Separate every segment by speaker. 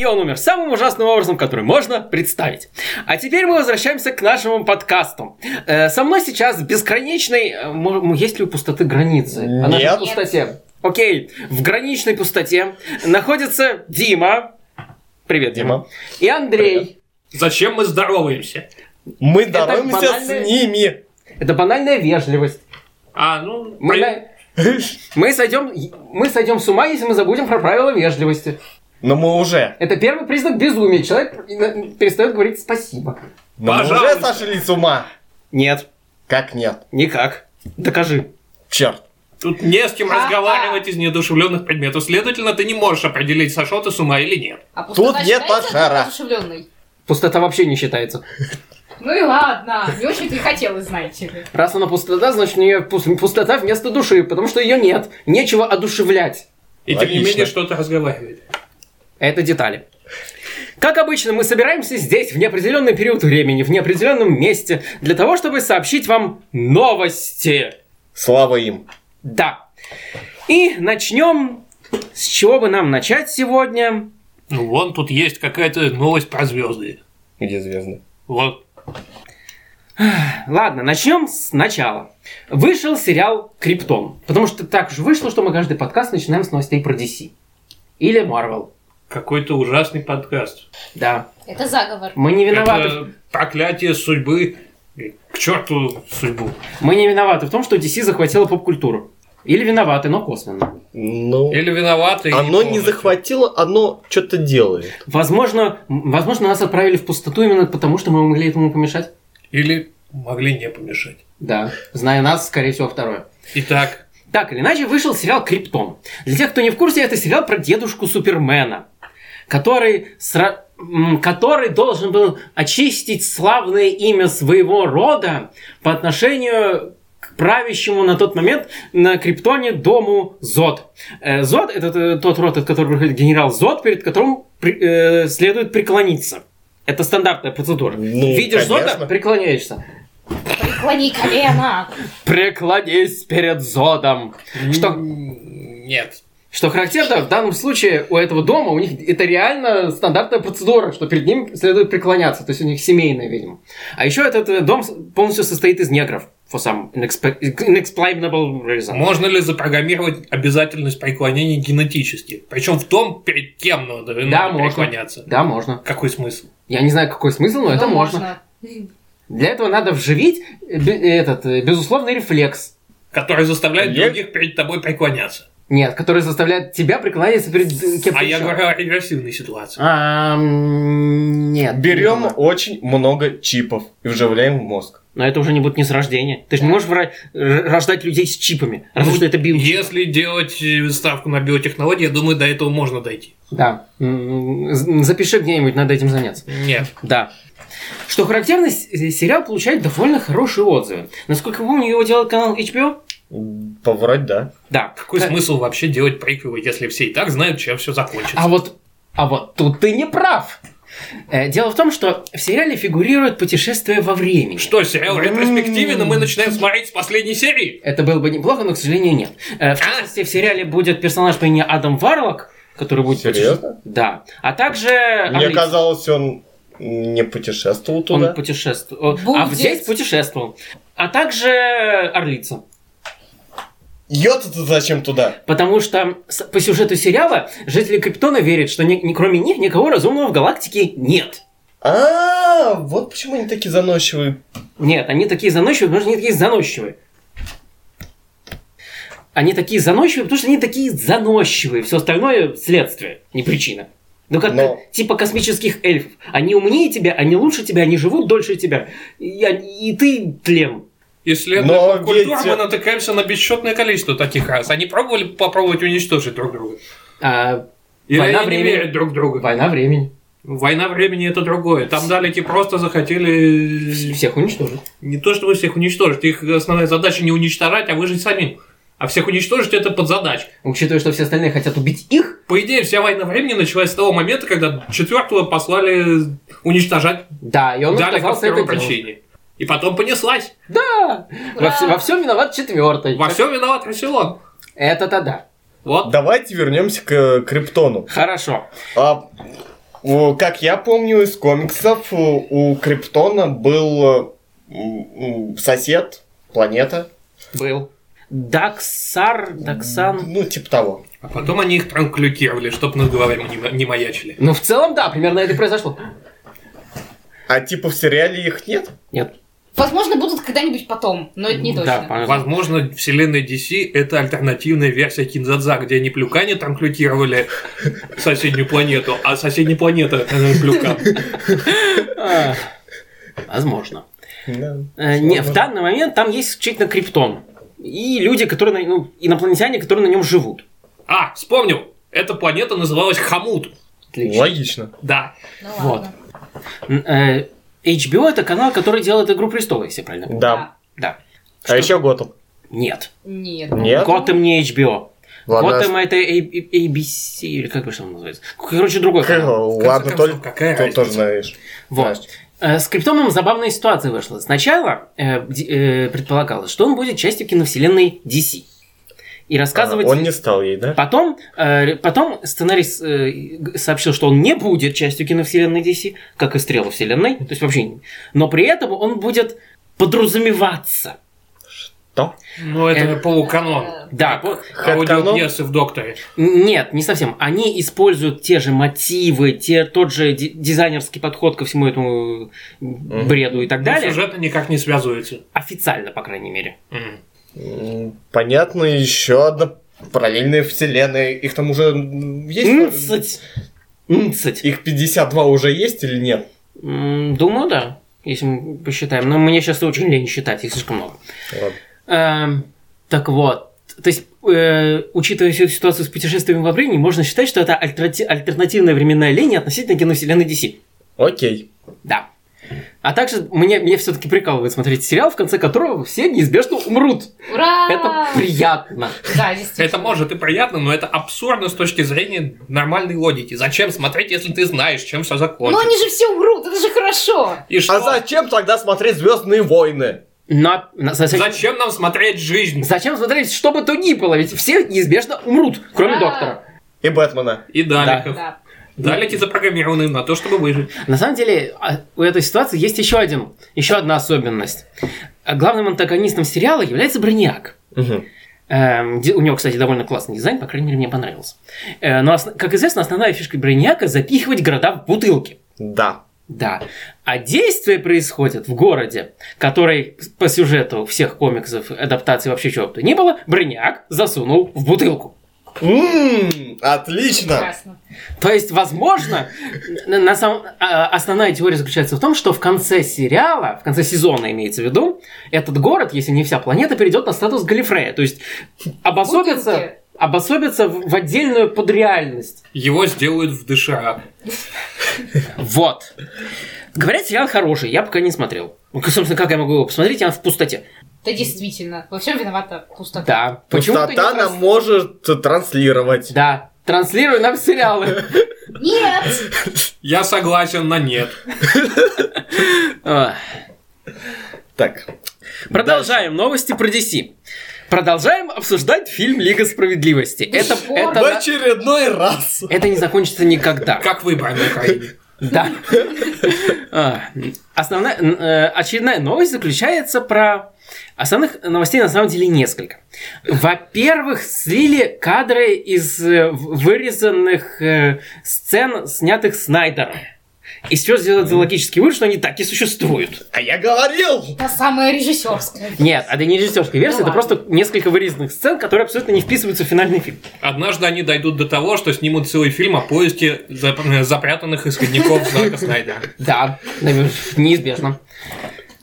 Speaker 1: И он умер самым ужасным образом, который можно представить. А теперь мы возвращаемся к нашему подкасту. Э, со мной сейчас бесконечной... э, мо- мо- Есть ли у пустоты границы? Она же в
Speaker 2: Нет.
Speaker 1: пустоте. Окей, в граничной пустоте находится Дима. Привет, Дима.
Speaker 2: Дима.
Speaker 1: И Андрей.
Speaker 3: Зачем мы здороваемся?
Speaker 2: Мы
Speaker 1: Это
Speaker 2: здороваемся
Speaker 1: банальное-
Speaker 2: с ними.
Speaker 1: Это банальная вежливость.
Speaker 3: А, ну,
Speaker 1: Мы,
Speaker 3: блин,
Speaker 1: мы сойдем, мы сойдем с ума, если мы забудем про правила вежливости.
Speaker 2: Но мы уже.
Speaker 1: Это первый признак безумия. Человек э, перестает говорить спасибо.
Speaker 2: Но мы уже
Speaker 3: Пожалуйста.
Speaker 2: сошли с ума.
Speaker 1: Нет,
Speaker 2: Как нет?
Speaker 1: никак. Докажи.
Speaker 2: Черт.
Speaker 3: тут не с кем разговаривать из неодушевленных предметов. Следовательно, ты не можешь определить, сошел ты с ума или нет.
Speaker 4: А пустота
Speaker 2: нет
Speaker 4: считается
Speaker 2: пожара.
Speaker 4: неодушевленной?
Speaker 1: Пустота вообще не считается.
Speaker 4: Ну и ладно, не очень-то и хотелось, знаете ли.
Speaker 1: Раз она пустота, значит у нее пустота вместо души, потому что ее нет. Нечего одушевлять.
Speaker 3: И тем не
Speaker 2: Логично.
Speaker 3: менее что-то разговаривает.
Speaker 1: Это детали. Как обычно, мы собираемся здесь в неопределенный период времени, в неопределенном месте, для того, чтобы сообщить вам новости.
Speaker 2: Слава им.
Speaker 1: Да. И начнем. С чего бы нам начать сегодня?
Speaker 3: Ну, вон тут есть какая-то новость про звезды.
Speaker 2: Где звезды?
Speaker 3: Вот.
Speaker 1: Ладно, начнем сначала. Вышел сериал Криптон. Потому что так уж вышло, что мы каждый подкаст начинаем с новостей про DC. Или Marvel.
Speaker 3: Какой-то ужасный подкаст.
Speaker 1: Да.
Speaker 4: Это заговор.
Speaker 1: Мы не виноваты.
Speaker 3: Это проклятие судьбы. К черту судьбу.
Speaker 1: Мы не виноваты в том, что DC захватила поп-культуру. Или виноваты, но косвенно.
Speaker 2: Ну,
Speaker 3: Или виноваты.
Speaker 2: оно не
Speaker 3: полностью.
Speaker 2: захватило, оно что-то делает.
Speaker 1: Возможно, м- возможно, нас отправили в пустоту именно потому, что мы могли этому помешать.
Speaker 3: Или могли не помешать.
Speaker 1: Да. Зная нас, скорее всего, второе.
Speaker 3: Итак,
Speaker 1: Так или иначе, вышел сериал Криптон. Для тех, кто не в курсе, это сериал про дедушку Супермена, который, сра- м, который должен был очистить славное имя своего рода по отношению к правящему на тот момент на Криптоне дому Зод. Э, Зод – это т- тот род, от которого выходит генерал Зод, перед которым при- э, следует преклониться. Это стандартная процедура.
Speaker 2: Ну,
Speaker 1: Видишь Зода –
Speaker 2: конечно.
Speaker 1: преклоняешься.
Speaker 4: Преклони колено.
Speaker 1: Преклонись перед Зодом. Что,
Speaker 3: м, нет.
Speaker 1: Что характерно, в данном случае у этого дома, у них это реально стандартная процедура, что перед ним следует преклоняться, то есть у них семейная, видимо. А еще этот э, дом с- полностью состоит из негров, for some inexp- inexplainable reason.
Speaker 3: Можно ли запрограммировать обязательность преклонения генетически? Причем в том, перед кем надо,
Speaker 1: Да,
Speaker 3: надо
Speaker 1: можно.
Speaker 3: преклоняться.
Speaker 1: Да, можно.
Speaker 3: Какой смысл?
Speaker 1: Я не знаю, какой смысл, но это
Speaker 4: Ну,
Speaker 1: можно. Для этого надо вживить э, бе- этот э, безусловный рефлекс.
Speaker 3: Который заставляет
Speaker 2: Я-
Speaker 3: других перед тобой преклоняться.
Speaker 1: Нет, который заставляет тебя преклоняться перед э, кем-то
Speaker 3: А я
Speaker 1: еще.
Speaker 3: говорю о регрессивной ситуации.
Speaker 1: А, м, нет. не
Speaker 2: Берем
Speaker 1: думаю.
Speaker 2: очень много чипов и вживляем в мозг.
Speaker 1: Но это уже не будет не с рождения. Ты же не можешь вра- р- рождать людей с чипами, разве
Speaker 3: Ну,
Speaker 1: что это био.
Speaker 3: Если делать э, ставку на биотехнологии, я думаю, до этого можно дойти.
Speaker 1: Да. М, з- Запиши где-нибудь, надо этим заняться.
Speaker 3: Нет.
Speaker 1: Да. Что характерно, с- э, сериал получает довольно хорошие отзывы. Насколько я помню, его делал канал HBO.
Speaker 2: Поворот, да.
Speaker 1: Да.
Speaker 3: Какой
Speaker 1: Как-
Speaker 3: смысл вообще делать приквелы, если все и так знают, чем все закончится?
Speaker 1: А вот, а вот тут ты не прав. Э, Дело в том, что в сериале фигурирует путешествие во времени.
Speaker 3: Что, сериал
Speaker 2: М.
Speaker 3: ретроспективен, и
Speaker 1: М-м.
Speaker 3: мы начинаем смотреть с последней серии?
Speaker 1: Это было бы неплохо, но, к сожалению, нет. Э, В
Speaker 3: А?
Speaker 1: частности, в сериале будет персонаж по имени Адам Варлок, который будет...
Speaker 2: Серьезно?
Speaker 1: путеше- Да. А также...
Speaker 2: Мне
Speaker 1: Арлиц.
Speaker 2: казалось, он не путешествовал туда.
Speaker 1: Он путешествовал. А
Speaker 4: Будет.
Speaker 1: здесь путешествовал. А также Орлица.
Speaker 2: Йота то зачем туда?
Speaker 1: Потому что с- по сюжету сериала жители Криптона верят, что ни, ни- кроме них никого разумного в галактике нет.
Speaker 2: А, вот почему они такие заносчивые.
Speaker 1: Нет, они такие заносчивые, потому что они такие заносчивые. Они такие заносчивые, потому что они такие заносчивые. Все остальное следствие, не причина. Ну как
Speaker 2: Но-
Speaker 1: типа космических эльфов. Они умнее тебя, они лучше тебя, они живут дольше тебя. И, они- и ты тлен.
Speaker 3: Исследуя
Speaker 2: Но
Speaker 3: поп-культуру,
Speaker 2: ведь-
Speaker 3: мы натыкаемся на бесчетное количество таких раз. Они пробовали попробовать уничтожить друг друга.
Speaker 1: А
Speaker 3: И
Speaker 1: Война
Speaker 3: они не
Speaker 1: времени.
Speaker 3: верят друг в друга. Ну,
Speaker 1: война времени.
Speaker 3: Война времени это другое. Там далеки просто захотели э,
Speaker 1: Всех уничтожить.
Speaker 3: не то чтобы всех уничтожить. Их основная задача не уничтожать, а выжить самим. А всех уничтожить это под задача.
Speaker 1: Учитывая, что все остальные хотят убить их,
Speaker 3: По идее, вся война времени началась с того момента, когда четвертого послали уничтожать
Speaker 1: да, и он
Speaker 3: Далека в
Speaker 1: отказался это делать.
Speaker 3: первопричине. И потом понеслась.
Speaker 1: Во, вс- во всем виноват четвертый.
Speaker 3: Во всем виноват Расселон.
Speaker 1: Это-то да.
Speaker 3: Вот.
Speaker 2: Давайте вернемся к э, Криптону.
Speaker 1: Хорошо.
Speaker 2: А О, Как я помню из комиксов, у у Криптона был э, м, м, сосед, планета.
Speaker 1: Был. Даксар, Даксан.
Speaker 2: Ну, типа того.
Speaker 3: А потом они их транклютировали, чтоб над головами не, ма- не маячили.
Speaker 1: Ну, в целом, да, примерно это и произошло.
Speaker 2: А типа в сериале их нет?
Speaker 1: Нет.
Speaker 4: Возможно, будут когда-нибудь потом, но это не
Speaker 1: Да,
Speaker 4: точно.
Speaker 1: понятно.
Speaker 3: Возможно, вселенная DC — это альтернативная версия Кинзадза, где они плюкане транклютировали соседнюю планету, а соседняя планета — э, плюкан.
Speaker 1: А, Возможно.
Speaker 2: Да.
Speaker 1: Э, Не, в
Speaker 2: Возможно.
Speaker 1: данный момент там есть исключительно криптон. И люди, которые, на- ну, инопланетяне, которые на нем живут.
Speaker 3: А, вспомнил! Эта планета называлась Хамут.
Speaker 1: Отлично.
Speaker 2: Логично.
Speaker 3: Да.
Speaker 4: Ну
Speaker 1: Вот.
Speaker 4: ладно.
Speaker 1: М, э, HBO это канал, который делает Игру престолов, если я правильно.
Speaker 2: Да.
Speaker 1: Да.
Speaker 2: А еще Готэм.
Speaker 1: Нет.
Speaker 4: Нет. Э,
Speaker 2: Нет?
Speaker 1: Готэм не HBO. Готэм
Speaker 2: Ладно.
Speaker 1: это A- A- ABC, или как бы что он называется. Короче, другой
Speaker 2: Хэ,
Speaker 1: канал.
Speaker 3: В конце
Speaker 2: Ладно,
Speaker 3: концов,
Speaker 2: только
Speaker 3: какая
Speaker 2: ты тоже
Speaker 3: разница?
Speaker 2: знаешь.
Speaker 1: Вот. Э, С Криптоном забавная ситуация вышла. Сначала э, ди- э, предполагалось, что он будет частью киновселенной DC. И рассказывать...
Speaker 2: А, Он не стал ей, да?
Speaker 1: Потом, э, потом сценарист э, г- сообщил, что он не будет частью киновселенной DC, как и Стрела вселенной, то есть вообще не. Но при этом он будет подразумеваться.
Speaker 3: Ну, это
Speaker 4: Эм.
Speaker 3: полуканон.
Speaker 1: Да, по-
Speaker 2: Хэтканон?
Speaker 3: Аудиопьесы в Докторе.
Speaker 1: Нет, не совсем. Они используют те же мотивы, те, тот же ди- дизайнерский подход ко всему этому бреду и так
Speaker 3: Но
Speaker 1: далее.
Speaker 3: сюжетно никак не связываются.
Speaker 1: Официально, по крайней мере.
Speaker 3: М.
Speaker 2: М, Понятно, еще одна параллельная вселенная. Их там уже м,
Speaker 1: Ну,
Speaker 2: есть?
Speaker 1: Нцать! Нцать.
Speaker 2: Их 52 уже есть или нет?
Speaker 1: М, Думаю, да, если мы посчитаем. Но мне сейчас очень лень считать, их слишком много.
Speaker 2: Ладно.
Speaker 1: Эм, так вот. То есть, э, учитывая всю эту ситуацию с путешествиями во времени, можно считать, что это альтернати- альтернативная временная линия относительно киновселенной DC.
Speaker 2: Окей.
Speaker 1: Да. А также мне, мне все-таки прикалывает смотреть сериал, в конце которого все неизбежно умрут.
Speaker 4: А.
Speaker 1: Это
Speaker 4: Ура!
Speaker 1: приятно.
Speaker 4: Да, действительно.
Speaker 3: Это может и приятно, но это абсурдно с точки зрения нормальной логики. Зачем смотреть, если ты знаешь, чем все
Speaker 4: Но
Speaker 3: закончится?
Speaker 4: Ну, они же все умрут, это же хорошо.
Speaker 3: И что?
Speaker 2: А зачем тогда смотреть Звездные войны?
Speaker 1: Но, на- за- за-
Speaker 3: Зачем нам смотреть жизнь?
Speaker 1: Зачем смотреть, что бы то ни было? Ведь все неизбежно умрут, кроме
Speaker 4: Да.
Speaker 1: доктора.
Speaker 2: И Бэтмена.
Speaker 3: И Далеков.
Speaker 4: Да.
Speaker 3: Далеки запрограммированы на то, чтобы выжить.
Speaker 1: На самом деле, а, у этой ситуации есть еще один, еще одна особенность. А Главным антагонистом сериала является Брониак.
Speaker 2: Мгм.
Speaker 1: Эм, ди- У него, кстати, довольно классный дизайн, по крайней мере, мне понравился. Э, Но, осна- как известно, основная фишка Брониака – запихивать города в бутылки.
Speaker 2: Да.
Speaker 1: Да. А действие происходит в городе, который по сюжету всех комиксов, адаптаций вообще чего бы то ни было, Брониак засунул в бутылку.
Speaker 2: М, М-м, Отлично.
Speaker 4: Прекрасно.
Speaker 1: То есть, возможно, на- на самом- а, основная теория заключается в том, что в конце сериала, в конце сезона имеется в виду, этот город, если не вся планета, перейдет на статус Галифрея. То есть, обособится,
Speaker 4: Бутылки.
Speaker 1: обособится в в отдельную подреальность.
Speaker 3: Его сделают в дыша.
Speaker 1: Вот. Говорят, сериал хороший, я пока не смотрел. Ну, собственно, как я могу его посмотреть, я в пустоте.
Speaker 4: Да, действительно. Во всем виновата пустота.
Speaker 1: Да. ты не
Speaker 2: Пустота
Speaker 1: транс-
Speaker 2: нам может транслировать.
Speaker 1: Да. Транслируй нам сериалы.
Speaker 4: Нет!
Speaker 3: Я согласен на нет.
Speaker 1: Ах.
Speaker 2: Так.
Speaker 1: Продолжаем новости про DC. Продолжаем обсуждать фильм Лига справедливости.
Speaker 4: До
Speaker 1: Это,
Speaker 4: сих пор.
Speaker 1: это,
Speaker 2: В очередной раз.
Speaker 1: это не закончится никогда.
Speaker 3: Как выборы на Украине.
Speaker 1: Да. А, Основная, э, очередная новость заключается про... Основных новостей на самом деле несколько. Во-первых, слили кадры из э, в- вырезанных э, сцен, снятых Снайдером. И сейчас сделать логический вывод, что они так и существуют.
Speaker 2: А я говорил.
Speaker 4: Та самая режиссерская.
Speaker 1: Нет, это не режиссерская версия,
Speaker 4: Ну
Speaker 1: это
Speaker 4: ладно.
Speaker 1: просто несколько вырезанных сцен, которые абсолютно не вписываются в финальный фильм.
Speaker 3: Однажды они дойдут до того, что снимут целый фильм о поиске зап- запрятанных исходников Зака Снайдера.
Speaker 1: Да, наверное, неизбежно.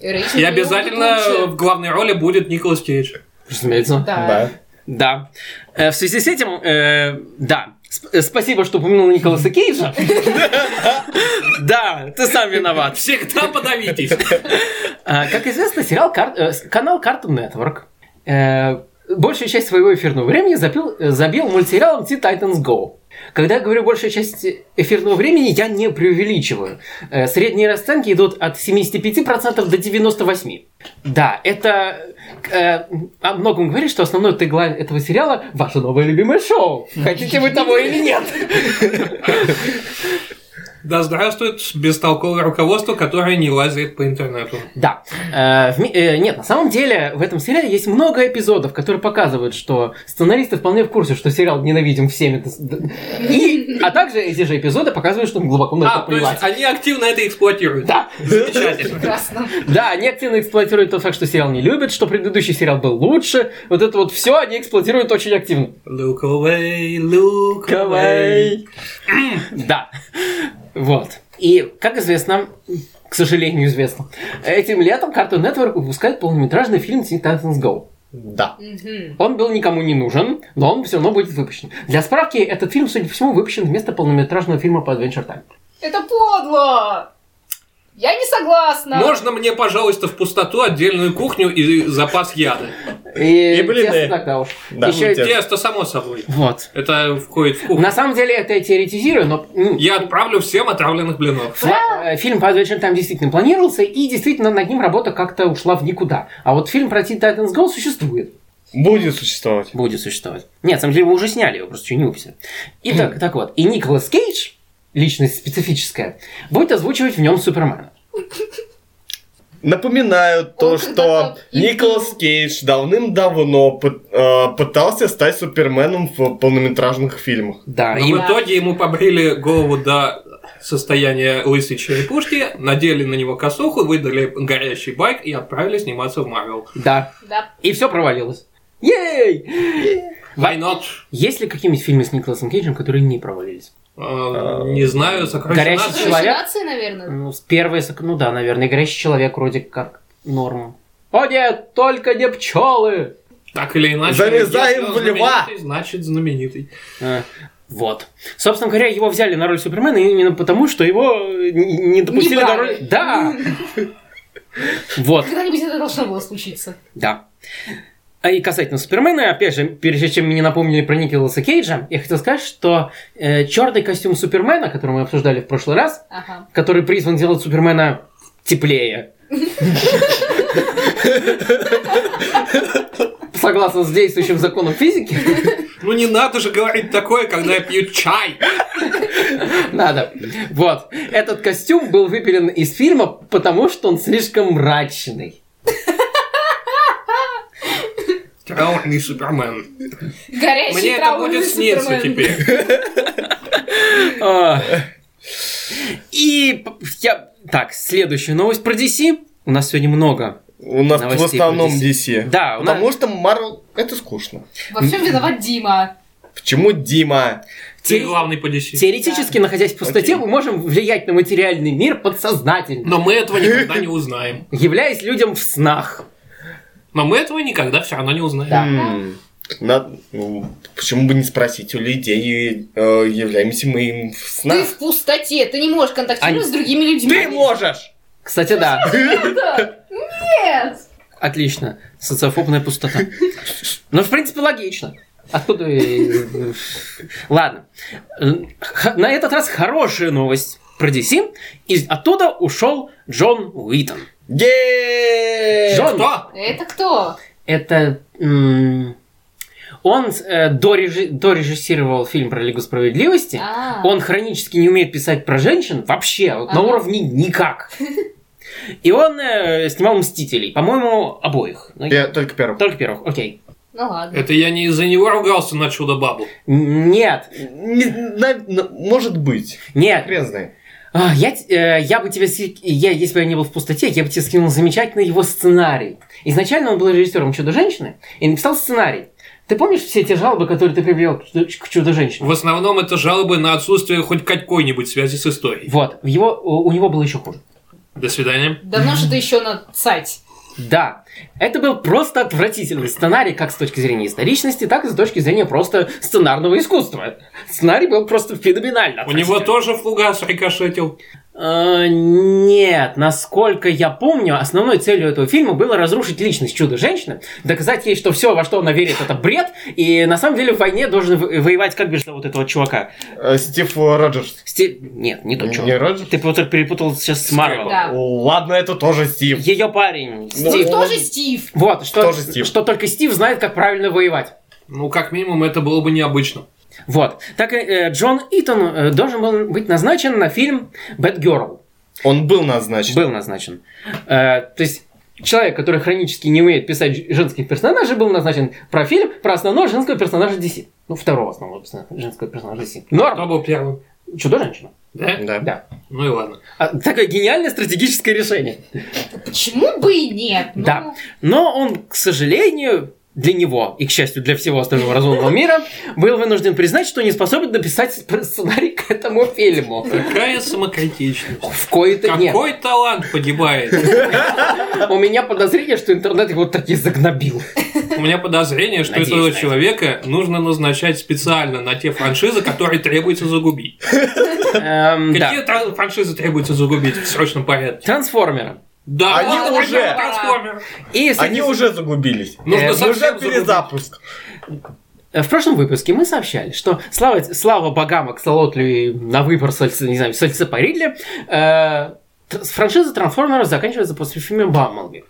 Speaker 4: Рэйчел
Speaker 3: И
Speaker 4: Вилл
Speaker 3: обязательно
Speaker 4: Ну, лучше.
Speaker 3: в главной роли будет Николас Кейдж.
Speaker 1: Разумеется.
Speaker 4: Да.
Speaker 1: Да. Э, в связи с этим, э, да. Сп- э, спасибо, что упомянул Николаса Кейджа. Да, ты сам виноват.
Speaker 3: Всегда подавитесь.
Speaker 1: А, Как известно, сериал Кар- э, с- канал Cartoon Network э, большую часть своего эфирного времени запил- э, забил мультсериалом Teen Titans Go. Когда я говорю большая часть эфирного времени, я не преувеличиваю. Э, Средние расценки идут от 75% до 98%. Да, это э, о многом говорит, что основной теглайн этого сериала – ваше новое любимое шоу. Хотите вы того или нет?
Speaker 3: Да здравствует бестолковое руководство, которое не лазает по интернету.
Speaker 1: Да. Э, в ми- э, нет, на самом деле в этом сериале есть много эпизодов, которые показывают, что сценаристы вполне в курсе, что сериал ненавидим всеми. до- до- И, а также эти же эпизоды показывают, что он глубоко на это
Speaker 3: А, то есть
Speaker 1: плевать.
Speaker 3: они активно это эксплуатируют.
Speaker 1: Да,
Speaker 3: Замечательно.
Speaker 4: Прекрасно.
Speaker 1: да, они активно эксплуатируют тот факт, что сериал не любят, что предыдущий сериал был лучше. Вот это вот все они эксплуатируют очень активно.
Speaker 3: Look away, look away.
Speaker 1: Кавай. Да. Вот. И, как известно, к сожалению, известно, этим летом Cartoon Network выпускает полнометражный фильм Teen Titans Go.
Speaker 2: Да.
Speaker 4: Мгм.
Speaker 1: Он был никому не нужен, но он все равно будет выпущен. Для справки, этот фильм, судя по всему, выпущен вместо полнометражного фильма по Adventure Time.
Speaker 4: Это подло! Я не согласна!
Speaker 3: Можно мне, пожалуйста, в пустоту отдельную кухню и запас яда?
Speaker 1: И,
Speaker 2: И блины.
Speaker 1: тесто тогда уж.
Speaker 2: Да.
Speaker 1: Еще и
Speaker 2: Тесто.
Speaker 3: Тесто, само собой.
Speaker 1: Вот.
Speaker 3: Это входит в кухню.
Speaker 1: На самом деле, это я теоретизирую, но м,
Speaker 3: Я отправлю всем отравленных блинов.
Speaker 1: Фла- э, Фильм по Adventure Time действительно планировался, и действительно над ним работа как-то ушла в никуда. А вот фильм про Teen Titans Go существует.
Speaker 2: Будет существовать.
Speaker 1: будет существовать. Нет, на самом деле вы уже сняли, его просто еще не выпустили. Итак, так вот, и Николас Кейдж, личность специфическая, будет озвучивать в нем Супермена.
Speaker 2: Напоминаю то,
Speaker 4: Он
Speaker 2: что
Speaker 4: когда-то и-
Speaker 2: Николас Кейдж давным-давно пы- э, пытался стать Суперменом в полнометражных фильмах.
Speaker 1: Да,
Speaker 3: Но
Speaker 1: и
Speaker 3: в итоге ему побрили голову до состояния лысой черепушки, надели на него косуху, выдали горящий байк и отправили сниматься в Марвел.
Speaker 1: да,
Speaker 4: Да.
Speaker 1: и все провалилось. Ей!
Speaker 3: Why not?
Speaker 1: Есть ли какие-нибудь фильмы с Николасом Кейджем, которые не провалились?
Speaker 3: Э, Не знаю, сокровища
Speaker 1: Горящий
Speaker 3: нации.
Speaker 1: человек?
Speaker 4: Нации, наверное.
Speaker 1: Ну, с первой, сок- ну да, наверное, «Горящий человек» вроде как норма. О нет, только не пчелы!
Speaker 3: Так или иначе.
Speaker 2: Залезаем
Speaker 3: если
Speaker 2: в
Speaker 3: он
Speaker 2: льва.
Speaker 3: знаменитый, Значит, знаменитый.
Speaker 1: Э, Вот. Собственно говоря, его взяли на роль Супермена именно потому, что его э, не не допустили до
Speaker 4: брали.
Speaker 1: роли... Да! Вот.
Speaker 4: Когда-нибудь это должно было случиться.
Speaker 1: Да. А и касательно Супермена, опять же, прежде чем мне напомнили про Николаса Кейджа, я хотел сказать, что черный костюм Супермена, который мы обсуждали в прошлый раз,
Speaker 4: Ага.
Speaker 1: который призван делать Супермена теплее. Согласно с действующим законом физики,
Speaker 3: Ну не надо же говорить такое, когда я пью чай.
Speaker 1: надо. Вот. Этот костюм был выпилен из фильма, потому что он слишком мрачный.
Speaker 3: Траурный Супермен.
Speaker 4: Горящий
Speaker 3: Мне это
Speaker 4: траурный
Speaker 3: будет сниться
Speaker 4: Супермен.
Speaker 3: теперь.
Speaker 1: А. И п- я... Так, следующая новость про DC. У нас сегодня много.
Speaker 2: У нас в
Speaker 1: Новостей
Speaker 2: основном
Speaker 1: про
Speaker 2: DC.
Speaker 1: Да, у нас-
Speaker 2: Потому что Марвел это скучно.
Speaker 4: Во всем виноват Дима.
Speaker 2: Почему Дима?
Speaker 3: Ты
Speaker 1: Те-
Speaker 3: главный по DC.
Speaker 1: Теоретически, находясь в пустоте,
Speaker 2: Окей.
Speaker 1: мы можем влиять на материальный мир подсознательно,
Speaker 3: Но мы этого никогда не узнаем.
Speaker 1: являясь людям в снах.
Speaker 3: Но мы этого никогда все равно не узнаем.
Speaker 1: Да.
Speaker 2: М, на- ну, почему бы не спросить у людей, э, являемся мы им в
Speaker 4: Ты
Speaker 2: снах?
Speaker 4: в пустоте, ты не можешь контактировать
Speaker 1: Ань,
Speaker 4: с другими людьми.
Speaker 2: Ты можешь!
Speaker 1: Кстати, да,
Speaker 4: Да. Нет!
Speaker 1: отлично. Социофобная пустота. Но, в принципе, логично. Откуда... и- Ладно. Х- На этот раз хорошая новость про DC. И оттуда ушел Джон Уитон.
Speaker 2: Е-е-е!
Speaker 1: Жо-
Speaker 3: Кто?
Speaker 4: Это кто?
Speaker 1: Это... м, Он э, дорежи- дорежиссировал фильм про Лигу Справедливости.
Speaker 4: А.
Speaker 1: Он хронически не умеет писать про женщин вообще, вот на
Speaker 4: Ага.
Speaker 1: уровне никак. И он э, снимал «Мстителей», по-моему, обоих. Ну,
Speaker 2: Я только первым.
Speaker 1: Только первых, окей.
Speaker 4: Ну ладно.
Speaker 3: Это я не из-за него ругался на чудо-бабу.
Speaker 1: Н- Нет,
Speaker 2: Не знаю, но- может быть.
Speaker 1: нет.
Speaker 2: Хрен знает.
Speaker 1: А, Я, т- э, я бы тебе, ски- я, если бы я не был в пустоте, я бы тебе скинул замечательный его сценарий. Изначально он был режиссером «Чудо-женщины» и написал сценарий. Ты помнишь все те жалобы, которые ты привел к «Чудо- к «Чудо-женщине»?
Speaker 3: В основном это жалобы на отсутствие хоть какой-нибудь связи с историей.
Speaker 1: Вот, в его, у у него было еще хуже.
Speaker 3: До свидания.
Speaker 4: Давно что-то еще на сайте.
Speaker 1: Да, это был просто отвратительный сценарий, как с точки зрения историчности, так и с точки зрения просто сценарного искусства. Сценарий был просто феноменально.
Speaker 3: У него
Speaker 1: отвратительный.
Speaker 3: тоже фугас рикошетил.
Speaker 1: Э, нет, насколько я помню, основной целью этого фильма было разрушить личность чудо-женщины, доказать ей, что все, во что она верит, это бред, и на самом деле в войне должен во- воевать, как бишь, вот этого чувака.
Speaker 2: Э, Стив Роджерс.
Speaker 1: Сти- Нет, не тот
Speaker 2: Не
Speaker 1: чувак.
Speaker 2: Роджерс?
Speaker 1: Ты просто перепутал сейчас с Марвел.
Speaker 4: Да.
Speaker 2: Ладно, это тоже Стив.
Speaker 1: Ее парень,
Speaker 2: Ну,
Speaker 1: Стив.
Speaker 4: Стив тоже Стив.
Speaker 1: Вот, что,
Speaker 2: тоже Стив.
Speaker 1: что только Стив знает, как правильно воевать.
Speaker 3: Ну, как минимум, это было бы необычно.
Speaker 1: Вот. Так э, Джон Итон э, должен был быть назначен на фильм «Бэтгерл».
Speaker 2: Он был назначен.
Speaker 1: Был назначен. Э, то есть человек, который хронически не умеет писать ж- женских персонажей, был назначен про фильм про основного женского персонажа DC. Ну, второго основного персо- женского персонажа DC.
Speaker 3: Кто
Speaker 1: Норм.
Speaker 3: был первым?
Speaker 1: Чудо-женщина.
Speaker 3: Да?
Speaker 2: Да.
Speaker 1: Да.
Speaker 3: Ну и ладно.
Speaker 1: А, такое гениальное стратегическое решение.
Speaker 4: Почему бы и нет? Ну,
Speaker 1: Да. Но он, к сожалению, для него и, к счастью, для всего остального разумного мира, был вынужден признать, что не способен написать пр- сценарий к этому фильму.
Speaker 3: Какая самокритичность.
Speaker 1: В кои-то нет.
Speaker 3: Какой талант погибает?
Speaker 1: У меня подозрение, что интернет его таки загнобил.
Speaker 3: У меня подозрение, что
Speaker 1: Надеюсь,
Speaker 3: этого
Speaker 1: на это.
Speaker 3: человека нужно назначать специально на те франшизы, которые требуется загубить.
Speaker 1: Эм, Да.
Speaker 3: Какие тра- франшизы требуется загубить в срочном порядке?
Speaker 1: Трансформеры.
Speaker 3: Да,
Speaker 2: Они
Speaker 3: вот
Speaker 2: уже.
Speaker 3: это трансформер.
Speaker 1: И с
Speaker 2: Они
Speaker 1: этим-
Speaker 2: уже Ну, загубились.
Speaker 3: Нужно
Speaker 1: Э,
Speaker 3: совсем
Speaker 2: Уже
Speaker 3: загубить.
Speaker 2: перезапуск.
Speaker 1: Э, В прошлом выпуске мы сообщали, что слава, слава богам Аксолотлю и на выбор сальце- не знаю, Сальцепаридля, э, тр- франшиза Трансформеров заканчивается после фильма Бамблби.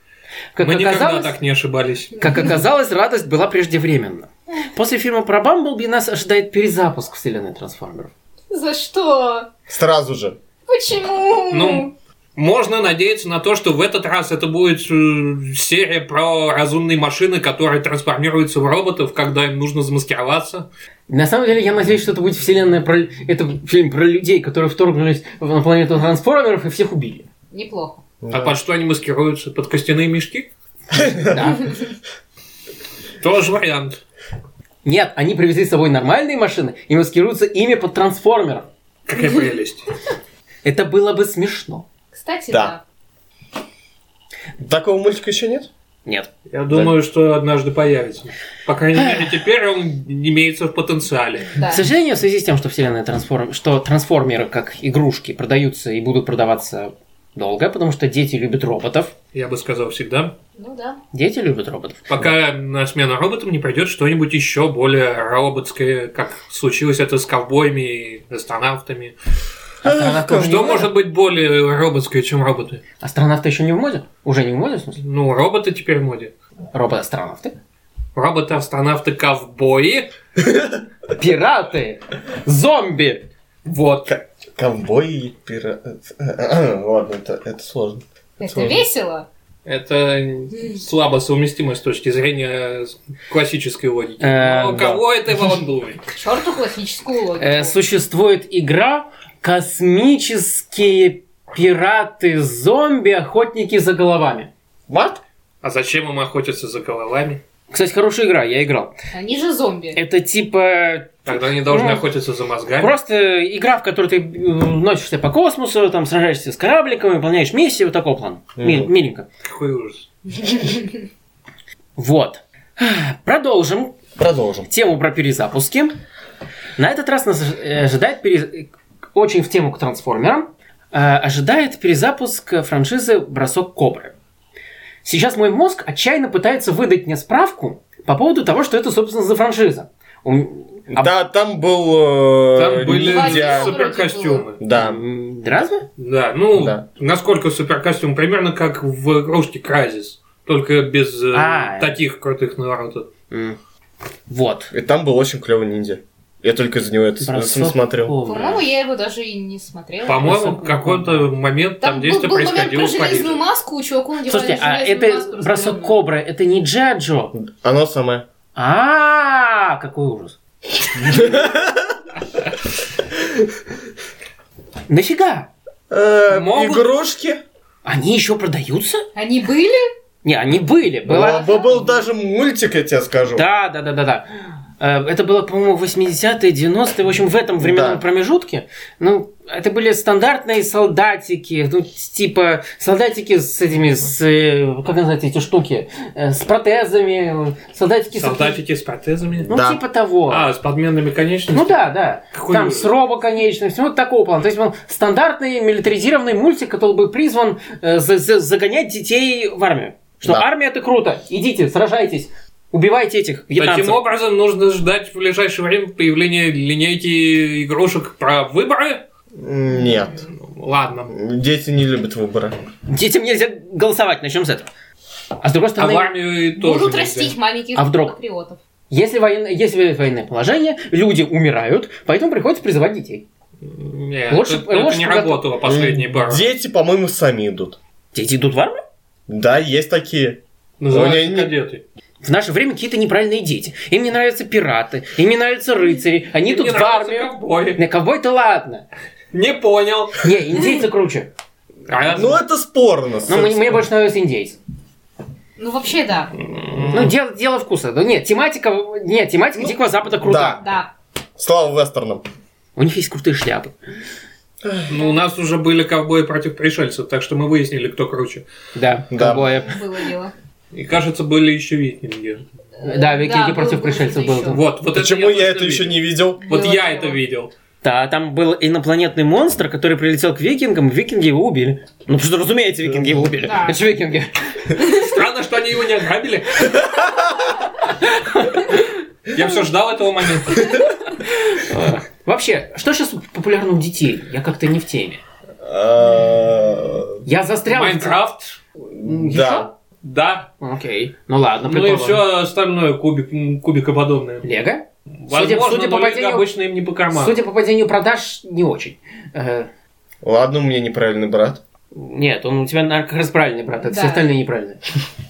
Speaker 1: Как
Speaker 3: Мы никогда
Speaker 1: оказалось,
Speaker 3: так не ошибались.
Speaker 1: как оказалось, радость была преждевременна. После фильма про Бамблби нас ожидает перезапуск вселенной Трансформеров.
Speaker 4: За что?
Speaker 2: Сразу же.
Speaker 4: Почему?
Speaker 3: Ну, Можно надеяться на то, что в этот раз это будет э, серия про разумные машины, которые трансформируются в роботов, когда им нужно замаскироваться.
Speaker 1: На самом деле, я надеюсь, что это будет вселенная про... лю- Это фильм про людей, которые вторгнулись в- на планету Трансформеров и всех убили.
Speaker 4: Неплохо.
Speaker 3: А под что они маскируются? Под костяные мешки? Тоже вариант.
Speaker 1: Нет, они привезли с собой нормальные машины и маскируются ими под Трансформеров.
Speaker 3: Какая прелесть.
Speaker 1: Это было бы смешно.
Speaker 4: Кстати,
Speaker 2: Да.
Speaker 4: да.
Speaker 2: Такого мультика еще нет?
Speaker 1: Нет.
Speaker 3: Я думаю, что однажды появится. По крайней мере, теперь он имеется в потенциале.
Speaker 4: да.
Speaker 1: К сожалению, в связи с тем, что вселенная трансформ... что трансформеры как игрушки продаются и будут продаваться долго, потому что дети любят роботов.
Speaker 3: Я бы сказал всегда.
Speaker 4: Ну да.
Speaker 1: Дети любят роботов.
Speaker 3: Пока на смену роботам не придет что-нибудь еще более роботское, как случилось это с ковбоями и астронавтами.
Speaker 1: Астронавты,
Speaker 3: Что может быть более роботское, чем роботы?
Speaker 1: астронавты еще не в моде? Уже не в моде, в смысле?
Speaker 3: Ну, роботы теперь в моде.
Speaker 1: Роботы-астронавты?
Speaker 3: Роботы, астронавты, ковбои.
Speaker 1: Пираты! Зомби!
Speaker 3: Вот.
Speaker 2: К- Ковбой и пират. Ладно, это, это сложно.
Speaker 4: Это
Speaker 2: Сложно.
Speaker 4: весело.
Speaker 3: Это слабо совместимо с точки зрения классической логики.
Speaker 1: Э,
Speaker 3: Но у
Speaker 2: да.
Speaker 3: кого это Иван Блумин?
Speaker 4: К черту классическую логику.
Speaker 1: Э, существует игра «Космические пираты-зомби-охотники за головами».
Speaker 2: Мат?
Speaker 3: А зачем им охотятся за головами?
Speaker 1: Кстати, хорошая игра, я играл.
Speaker 4: Они же зомби.
Speaker 1: Это типа
Speaker 3: Тогда они должны
Speaker 1: Ну,
Speaker 3: охотиться за мозгами.
Speaker 1: просто игра, в которой ты э, носишься по космосу, там сражаешься с корабликом, выполняешь миссии, вот такого плана. Ми-
Speaker 2: Мгм.
Speaker 1: Миленько.
Speaker 3: Какой ужас.
Speaker 1: Вот. Продолжим
Speaker 2: Продолжим.
Speaker 1: тему про перезапуски. На этот раз нас э, ожидает перез- э, очень в тему к трансформерам. э, Ожидает перезапуск э, франшизы «Бросок Кобры». Сейчас мой мозг отчаянно пытается выдать мне справку по поводу того, что это, собственно, за франшиза. У м- а-
Speaker 2: Да, там был... э,
Speaker 3: Там были
Speaker 2: ниндзя.
Speaker 4: Владимир.
Speaker 3: суперкостюмы.
Speaker 1: а,
Speaker 2: Да.
Speaker 1: М, Разве?
Speaker 3: Да, ну,
Speaker 2: Да.
Speaker 3: насколько суперкостюм? Примерно как в игрушке Crysis, только без э,
Speaker 1: А.
Speaker 3: таких крутых наворотов.
Speaker 1: М. Вот.
Speaker 2: И там был очень клевый ниндзя. Я только за него это с- сам
Speaker 1: «Бросок
Speaker 2: смотрел.
Speaker 1: Кобры».
Speaker 4: По-моему, я его даже и не смотрела.
Speaker 3: По-моему,
Speaker 1: Высоко.
Speaker 3: в какой-то момент там,
Speaker 4: Там, был,
Speaker 3: действие
Speaker 4: был момент
Speaker 3: происходило
Speaker 4: про
Speaker 3: в
Speaker 4: железную
Speaker 3: Париже.
Speaker 4: маску, у чувака надевали
Speaker 1: Слушайте, а
Speaker 4: железную маску
Speaker 1: это бросок
Speaker 4: раскаленную.
Speaker 1: кобры, это не Джаджо.
Speaker 2: Оно самое.
Speaker 1: А, какой ужас. Нафига?
Speaker 2: Э,
Speaker 3: Могут-
Speaker 2: Игрушки?
Speaker 1: Они еще продаются?
Speaker 4: Они были?
Speaker 1: Не, они были.
Speaker 2: Было-
Speaker 1: Было...
Speaker 2: Был, был даже мультик, я тебе скажу.
Speaker 1: Да, да, да, да, да. Э, Это было, по-моему, 80-е, 90-е, в общем, в этом временном
Speaker 2: Да.
Speaker 1: промежутке. Ну, это были стандартные солдатики, ну, с- типа солдатики с этими, с, э, как называются эти штуки, Э, с протезами, солдатики с...
Speaker 3: Солдатики с протезами.
Speaker 1: Ну,
Speaker 2: Да.
Speaker 1: типа того.
Speaker 3: А, с подменными конечностями.
Speaker 1: Ну да, да.
Speaker 3: Какой
Speaker 1: Там
Speaker 3: ужас.
Speaker 1: с робоконечностью, вот такого плана. То есть он стандартный милитаризированный мультик, который был призван э, за- за- загонять детей в армию. Что
Speaker 2: Да.
Speaker 1: армия это круто, идите, сражайтесь, убивайте этих
Speaker 3: Таким
Speaker 1: вьетнамцев.
Speaker 3: образом, нужно ждать в ближайшее время появления линейки игрушек про выборы. Ну,
Speaker 2: Нет.
Speaker 3: Ладно.
Speaker 2: Дети не любят выбора.
Speaker 1: Детям нельзя голосовать, начнем с этого. А с другой
Speaker 3: А
Speaker 1: стороны,
Speaker 3: в армию и тоже
Speaker 4: Будут
Speaker 3: нельзя.
Speaker 4: растить маленьких
Speaker 1: А вдруг?
Speaker 4: патриотов.
Speaker 1: Если, воен- если военное положение, люди умирают, поэтому приходится призывать детей.
Speaker 3: Нет,
Speaker 1: Лучше-
Speaker 3: это, это
Speaker 1: лучше
Speaker 3: не
Speaker 1: подготов-
Speaker 3: работало последние пару.
Speaker 2: Дети, по-моему, сами идут.
Speaker 1: Дети идут в армию?
Speaker 2: Да, есть такие.
Speaker 3: Называются
Speaker 2: Ну, не- не-
Speaker 3: кадеты.
Speaker 1: В наше время какие-то неправильные дети. Им не нравятся пираты, им не нравятся рыцари, они
Speaker 3: Мне
Speaker 1: тут в
Speaker 3: нравятся
Speaker 1: армию.
Speaker 3: ковбои.
Speaker 1: На ковбой-то ладно.
Speaker 3: Не понял.
Speaker 1: Не, индейцы круче.
Speaker 3: А,
Speaker 2: Ну, это спорно.
Speaker 1: Но мне,
Speaker 2: собственно.
Speaker 1: мне больше нравятся индейцы.
Speaker 4: Ну, вообще, да.
Speaker 1: Ну, дело, дело вкуса. Ну, нет, тематика, нет, тематика Дикого Запада крута.
Speaker 2: Ну, Да.
Speaker 4: Да.
Speaker 2: Слава вестернам.
Speaker 1: У них есть крутые шляпы.
Speaker 3: ну, у нас уже были ковбои против пришельцев, так что мы выяснили, кто круче.
Speaker 1: Да,
Speaker 2: Да.
Speaker 1: ковбои.
Speaker 4: Было дело.
Speaker 3: И кажется, были еще викинги.
Speaker 1: Да, викинги
Speaker 4: было-
Speaker 1: против
Speaker 4: было
Speaker 1: пришельцев
Speaker 4: еще.
Speaker 1: был. там.
Speaker 3: Вот, вот
Speaker 2: Почему я это
Speaker 3: точно
Speaker 2: еще
Speaker 3: видел.
Speaker 2: не видел?
Speaker 3: Вот
Speaker 4: Было
Speaker 3: я
Speaker 4: дело.
Speaker 3: это видел.
Speaker 1: Да, там был инопланетный монстр, который прилетел к викингам, и викинги его убили. Ну, потому что, разумеется, викинги его убили.
Speaker 4: Да.
Speaker 1: Это же викинги.
Speaker 3: Странно, что они его не ограбили. Я все ждал этого момента.
Speaker 1: Вообще, что сейчас популярно у детей? Я как-то не в теме.
Speaker 2: Э,
Speaker 1: Я застрял... в те-
Speaker 3: Майнкрафт,
Speaker 2: Да.
Speaker 3: да.
Speaker 1: Окей. Ну ладно,
Speaker 3: Ну и
Speaker 1: предположим.
Speaker 3: все остальное кубик, м, кубикоподобное.
Speaker 1: Лего? Судя-
Speaker 3: Возможно,
Speaker 1: судя
Speaker 3: но
Speaker 1: по
Speaker 3: Лего
Speaker 1: падению-
Speaker 3: обычно им не по карману.
Speaker 1: Судя по падению продаж, не очень. Э,
Speaker 2: Ладно, у меня неправильный брат.
Speaker 1: нет, он у тебя наверное, как раз правильный, брат. Это
Speaker 4: Да.
Speaker 1: все остальные неправильные.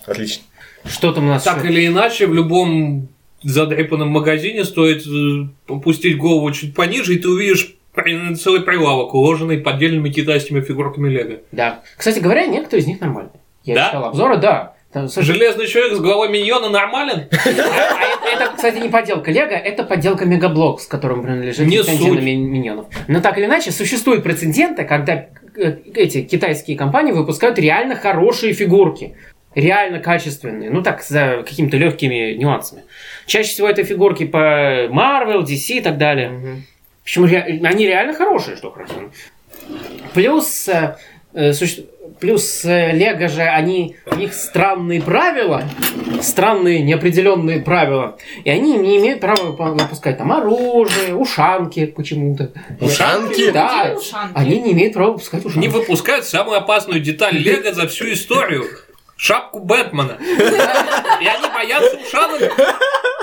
Speaker 2: Отлично.
Speaker 1: Что там у нас?
Speaker 3: Так
Speaker 1: еще?
Speaker 3: или иначе, в любом задрепанном магазине стоит э, опустить голову чуть пониже, и ты увидишь при- целый прилавок, уложенный поддельными китайскими фигурками Лего.
Speaker 1: Да. Кстати говоря, некоторые из них нормальные. Я
Speaker 3: Да?
Speaker 1: читал обзоры, да. Там, слушай,
Speaker 3: Железный человек с головой миньона нормален?
Speaker 1: а- а это, это, кстати, не подделка Лего, это подделка Мегаблокс, с которым принадлежит
Speaker 3: Не
Speaker 1: лицензия на
Speaker 3: суть.
Speaker 1: ми- миньонов. Но так или иначе, существуют прецеденты, когда э, эти китайские компании выпускают реально хорошие фигурки. Реально качественные, ну так, за какими-то легкими нюансами. Чаще всего это фигурки по Marvel, DC и так далее. Причем ре- они реально хорошие, что характерно. Плюс, э, э, суще- плюс э, Лего же, они, у них странные правила, странные неопределенные правила, и они не имеют права по- выпускать там оружие, ушанки почему-то.
Speaker 2: Ушанки?
Speaker 1: Да,
Speaker 4: Где ушанки?
Speaker 1: Они не имеют права выпускать ушанки.
Speaker 3: Не выпускают самую опасную деталь Лего за всю историю. Шапку Бэтмена. И они боятся ушанок.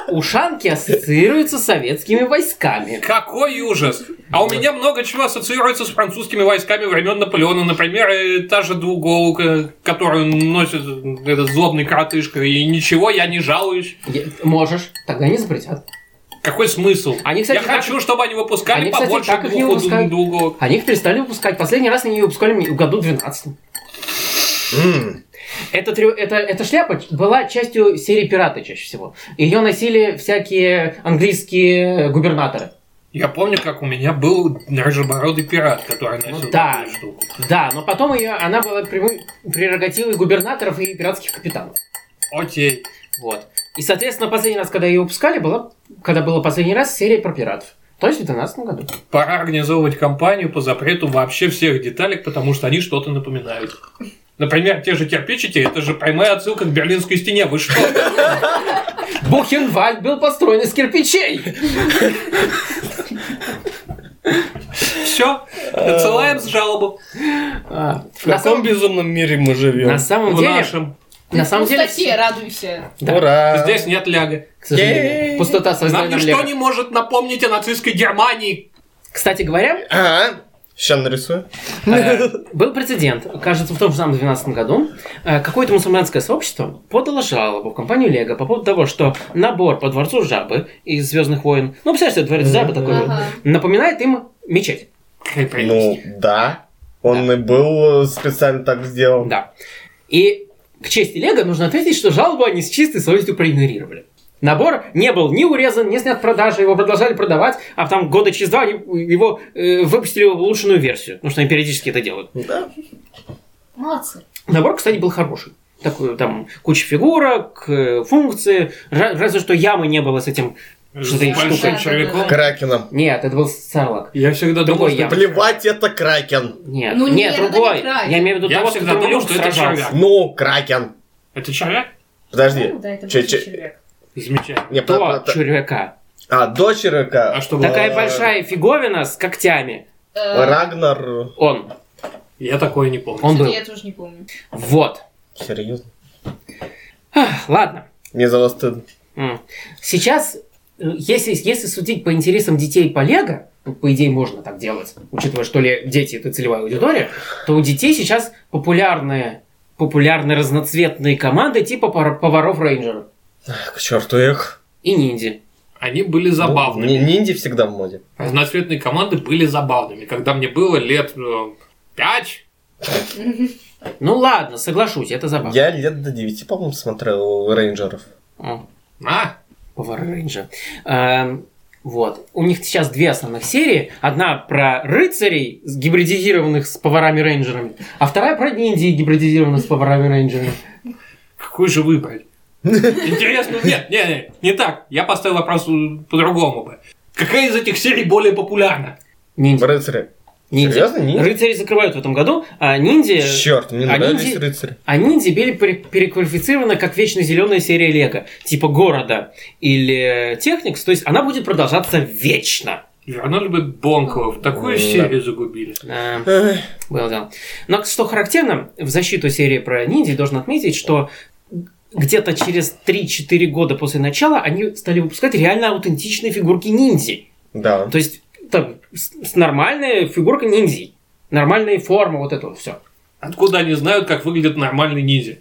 Speaker 1: Ушанки ассоциируются с советскими войсками.
Speaker 3: Какой ужас! А у меня много чего ассоциируется с французскими войсками времен Наполеона. Например, э, та же двуголка, которую носит этот злобный коротышка. И ничего, я не жалуюсь.
Speaker 1: Е- Можешь, тогда не запретят.
Speaker 3: Какой смысл?
Speaker 1: Они, кстати,
Speaker 3: я
Speaker 1: так-
Speaker 3: хочу, чтобы они выпускали
Speaker 1: Они, кстати,
Speaker 3: побольше
Speaker 1: так их не
Speaker 3: двух-
Speaker 1: выпускают.
Speaker 3: двуголок.
Speaker 1: Они их перестали выпускать. Последний раз они ее выпускали в году 12
Speaker 2: М,
Speaker 1: Эта, трё- эта, эта шляпа ч- была частью серии «Пираты» чаще всего. Ее носили всякие английские э, губернаторы.
Speaker 3: Я помню, как у меня был рыжебородый пират, который носил
Speaker 1: Ну да.
Speaker 3: такую штуку.
Speaker 1: Да, но потом ее, она была прямой прерогативой губернаторов и пиратских капитанов.
Speaker 3: Окей.
Speaker 1: Вот. И, соответственно, последний раз, когда ее выпускали, была, когда была последний раз серия про пиратов. То есть в 2012 году.
Speaker 3: Пора организовывать кампанию по запрету вообще всех деталек, потому что они что-то напоминают. Например, те же кирпичики, это же прямая отсылка к Берлинской стене. Вы что?
Speaker 1: Бухенвальд был построен из кирпичей!
Speaker 3: Все, отсылаем с жалобу.
Speaker 1: А,
Speaker 2: В
Speaker 1: на,
Speaker 2: каком
Speaker 1: самом,
Speaker 2: безумном мире мы
Speaker 1: на
Speaker 2: живем?
Speaker 1: самом
Speaker 3: В
Speaker 1: деле...
Speaker 3: нашем.
Speaker 1: На самом деле...
Speaker 4: Пустоте, Ну, радуйся.
Speaker 1: Да.
Speaker 2: Ура!
Speaker 3: Здесь нет ляга.
Speaker 1: К сожалению.
Speaker 2: Ей.
Speaker 1: Пустота
Speaker 3: Нам
Speaker 1: создания
Speaker 3: ничто
Speaker 1: э, Лего.
Speaker 3: не может напомнить о нацистской Германии.
Speaker 1: Кстати говоря,
Speaker 2: Ага. Сейчас А, нарисую.
Speaker 1: Э, Был прецедент, кажется, в том же самом 2012 году. Э, Какое-то мусульманское сообщество подало жалобу в компанию Лего по поводу того, что набор по дворцу Жабы из «Звездных войн», ну, представляешь, себе, дворец Жабы такой,
Speaker 4: Ага.
Speaker 1: напоминает им мечеть.
Speaker 3: Какая прелесть.
Speaker 2: Ну, да. Он и был э, специально так сделан.
Speaker 1: Да. И к чести Лего нужно ответить, что жалобу они с чистой совестью проигнорировали. Набор не был ни урезан, ни снят в продаже, его продолжали продавать, а там года через два они его э, выпустили в улучшенную версию, потому что они периодически это делают.
Speaker 2: Да.
Speaker 4: Молодцы.
Speaker 1: Набор, кстати, был хороший. Такой, там куча фигурок, э, функции. Ра- Разве что ямы не было с этим.
Speaker 3: С
Speaker 1: Ты
Speaker 3: большим
Speaker 4: штука.
Speaker 3: червяком.
Speaker 2: Кракеном.
Speaker 1: Нет, это был Сарлак.
Speaker 3: Я всегда думал,
Speaker 1: Другой
Speaker 3: что...
Speaker 1: я.
Speaker 2: Плевать, это Кракен.
Speaker 1: Нет,
Speaker 4: Ну
Speaker 1: нет,
Speaker 4: нет, это
Speaker 1: другой.
Speaker 4: не Край.
Speaker 1: Я имею в виду
Speaker 3: Я
Speaker 1: того,
Speaker 3: всегда
Speaker 1: с которым
Speaker 3: думал,
Speaker 1: Люк
Speaker 3: что это
Speaker 1: сражался.
Speaker 3: червяк.
Speaker 2: Ну, Кракен.
Speaker 3: Это червяк?
Speaker 2: Подожди.
Speaker 4: Ну, да, это
Speaker 2: Че-
Speaker 4: был
Speaker 2: че-
Speaker 4: червяк.
Speaker 3: Замечательно.
Speaker 2: Не,
Speaker 1: До
Speaker 2: про- про-
Speaker 1: червяка.
Speaker 2: А, до червяка.
Speaker 3: А что было?
Speaker 1: Такая
Speaker 2: Э,
Speaker 1: большая фиговина с когтями.
Speaker 4: Э,
Speaker 2: Рагнар.
Speaker 1: Он.
Speaker 3: Я такое не помню.
Speaker 1: Он
Speaker 4: что-то
Speaker 1: был.
Speaker 4: Я тоже не помню.
Speaker 1: Вот.
Speaker 2: Серьезно?
Speaker 1: Ладно.
Speaker 2: Мне за вас стыдно.
Speaker 1: М. Сейчас, э, если, если судить по интересам детей по Лего, ну, по идее можно так делать, учитывая, что ли дети это целевая аудитория, то у детей сейчас популярные, популярны разноцветные команды типа пар- поваров рейнджеров
Speaker 2: К черту их.
Speaker 1: и ниндзя.
Speaker 3: Они были
Speaker 2: Ну, ни-
Speaker 3: забавными.
Speaker 2: Ниндзя всегда в моде.
Speaker 3: Разноцветные команды были забавными. Когда мне было лет э, пять,
Speaker 1: Ну ладно, соглашусь, это забавно.
Speaker 2: Я лет до 9, по-моему, смотрел рейнджеров.
Speaker 1: О.
Speaker 3: а,
Speaker 1: Power Ranger. Эм, вот. У них сейчас две основных серии. Одна про рыцарей, с- гибридизированных с поварами-рейнджерами, а вторая про ниндзя, гибридизированных с поварами-рейнджерами.
Speaker 3: какой же выбрать? Интересно, нет, не, не, не так. Я поставил вопрос э, по-другому бы. Какая из этих серий более популярна?
Speaker 1: Ниндзя.
Speaker 2: Рыцари.
Speaker 1: ниндзя.
Speaker 2: Серьезно, ниндзя?
Speaker 1: Рыцари закрывают в этом году, а ниндзя...
Speaker 2: Черт, мне
Speaker 1: А
Speaker 2: нравились
Speaker 1: ниндзя-
Speaker 2: рыцари.
Speaker 1: А ниндзя были пере- переквалифицированы как вечно зеленая серия Лего, типа города или Техникс, то есть она будет продолжаться вечно.
Speaker 3: Вернули бы Бонкова, в такую
Speaker 2: Да.
Speaker 3: серию загубили.
Speaker 1: Эм,
Speaker 2: Эх,
Speaker 1: Было дело. Но что характерно, в защиту серии про ниндзя должен отметить, что где-то через 3-4 года после начала они стали выпускать реально аутентичные фигурки ниндзя.
Speaker 2: Да.
Speaker 1: То есть там с- с- нормальная фигурка ниндзя. Нормальная форма, вот это вот все.
Speaker 3: Откуда они знают, как выглядит нормальный ниндзя?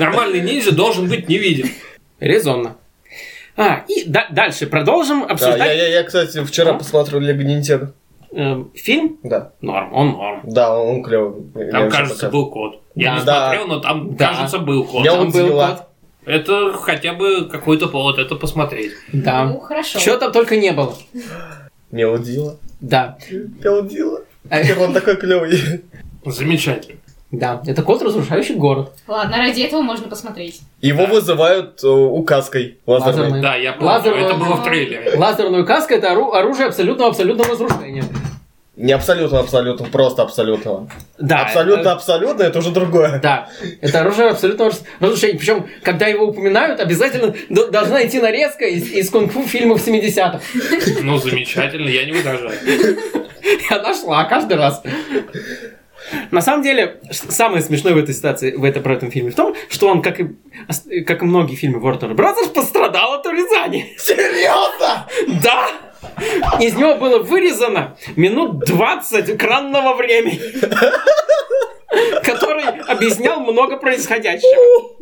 Speaker 3: Нормальный ниндзя должен быть невидим.
Speaker 1: Резонно. А, и да- дальше продолжим
Speaker 2: Да, я,
Speaker 1: обсуждать
Speaker 2: я, я, кстати, вчера
Speaker 3: Ну?
Speaker 1: А?
Speaker 2: посмотрел Лего Ниндзя.
Speaker 1: эм, фильм.
Speaker 2: Да.
Speaker 1: Норм, он норм.
Speaker 2: Да, он клевый.
Speaker 3: Там, кажется, был кот. Я
Speaker 1: Да.
Speaker 3: не
Speaker 2: Да.
Speaker 3: смотрел, но там,
Speaker 1: Да.
Speaker 3: кажется, был кот.
Speaker 2: Я
Speaker 1: Там
Speaker 2: вот
Speaker 1: был
Speaker 2: взяла.
Speaker 1: кот.
Speaker 3: Это хотя бы какой-то повод это посмотреть.
Speaker 1: Да.
Speaker 4: Ну, хорошо.
Speaker 1: Чего там только не было.
Speaker 2: Мелодила.
Speaker 1: Да.
Speaker 2: Мелодила.
Speaker 1: Э,
Speaker 2: Он такой клевый.
Speaker 3: Замечательно.
Speaker 1: Да, это кот, разрушающий город.
Speaker 4: Ладно, ради этого можно посмотреть.
Speaker 2: Его
Speaker 3: Да.
Speaker 2: вызывают э, указкой лазерной.
Speaker 1: Лазерной.
Speaker 3: Да, я помню,
Speaker 1: Лазерный-
Speaker 3: это было в трейлере.
Speaker 1: Лазерную каску это ору- оружие абсолютного-абсолютного разрушения.
Speaker 2: Не абсолютно абсолютно, просто абсолютного.
Speaker 3: А,
Speaker 1: Да.
Speaker 2: абсолютно
Speaker 3: э,
Speaker 1: это-
Speaker 2: абсолютно это уже другое.
Speaker 1: Да, это оружие абсолютного раз- разрушения. Причем, когда его упоминают, обязательно до- должна идти нарезка из, из кунг-фу фильмов 70-х.
Speaker 3: Ну, замечательно, я не возражаю.
Speaker 1: И она шла каждый раз. На самом деле, с- самое смешное в этой ситуации, в этом, про этом фильме, в том, что он, как и, ос- как и многие фильмы Warner Bros., пострадал от урезания.
Speaker 2: Серьезно?
Speaker 1: Да! Из него было вырезано минут 20 экранного времени, который объяснял много происходящего.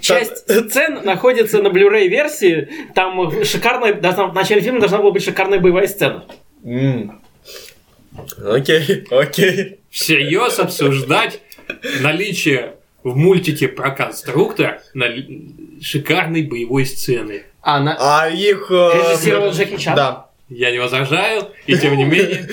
Speaker 1: Часть сцен находится на блюрей версии. Там шикарная, должна- в начале фильма должна была быть шикарная боевая сцена.
Speaker 2: М. Окей, окей.
Speaker 3: всерьез обсуждать наличие в мультике про конструктор нал- шикарной боевой сцены.
Speaker 1: А на-
Speaker 2: А их... э,
Speaker 1: Режиссировал Джеки Чан?
Speaker 2: Да.
Speaker 3: Я не возражаю, и тем не менее.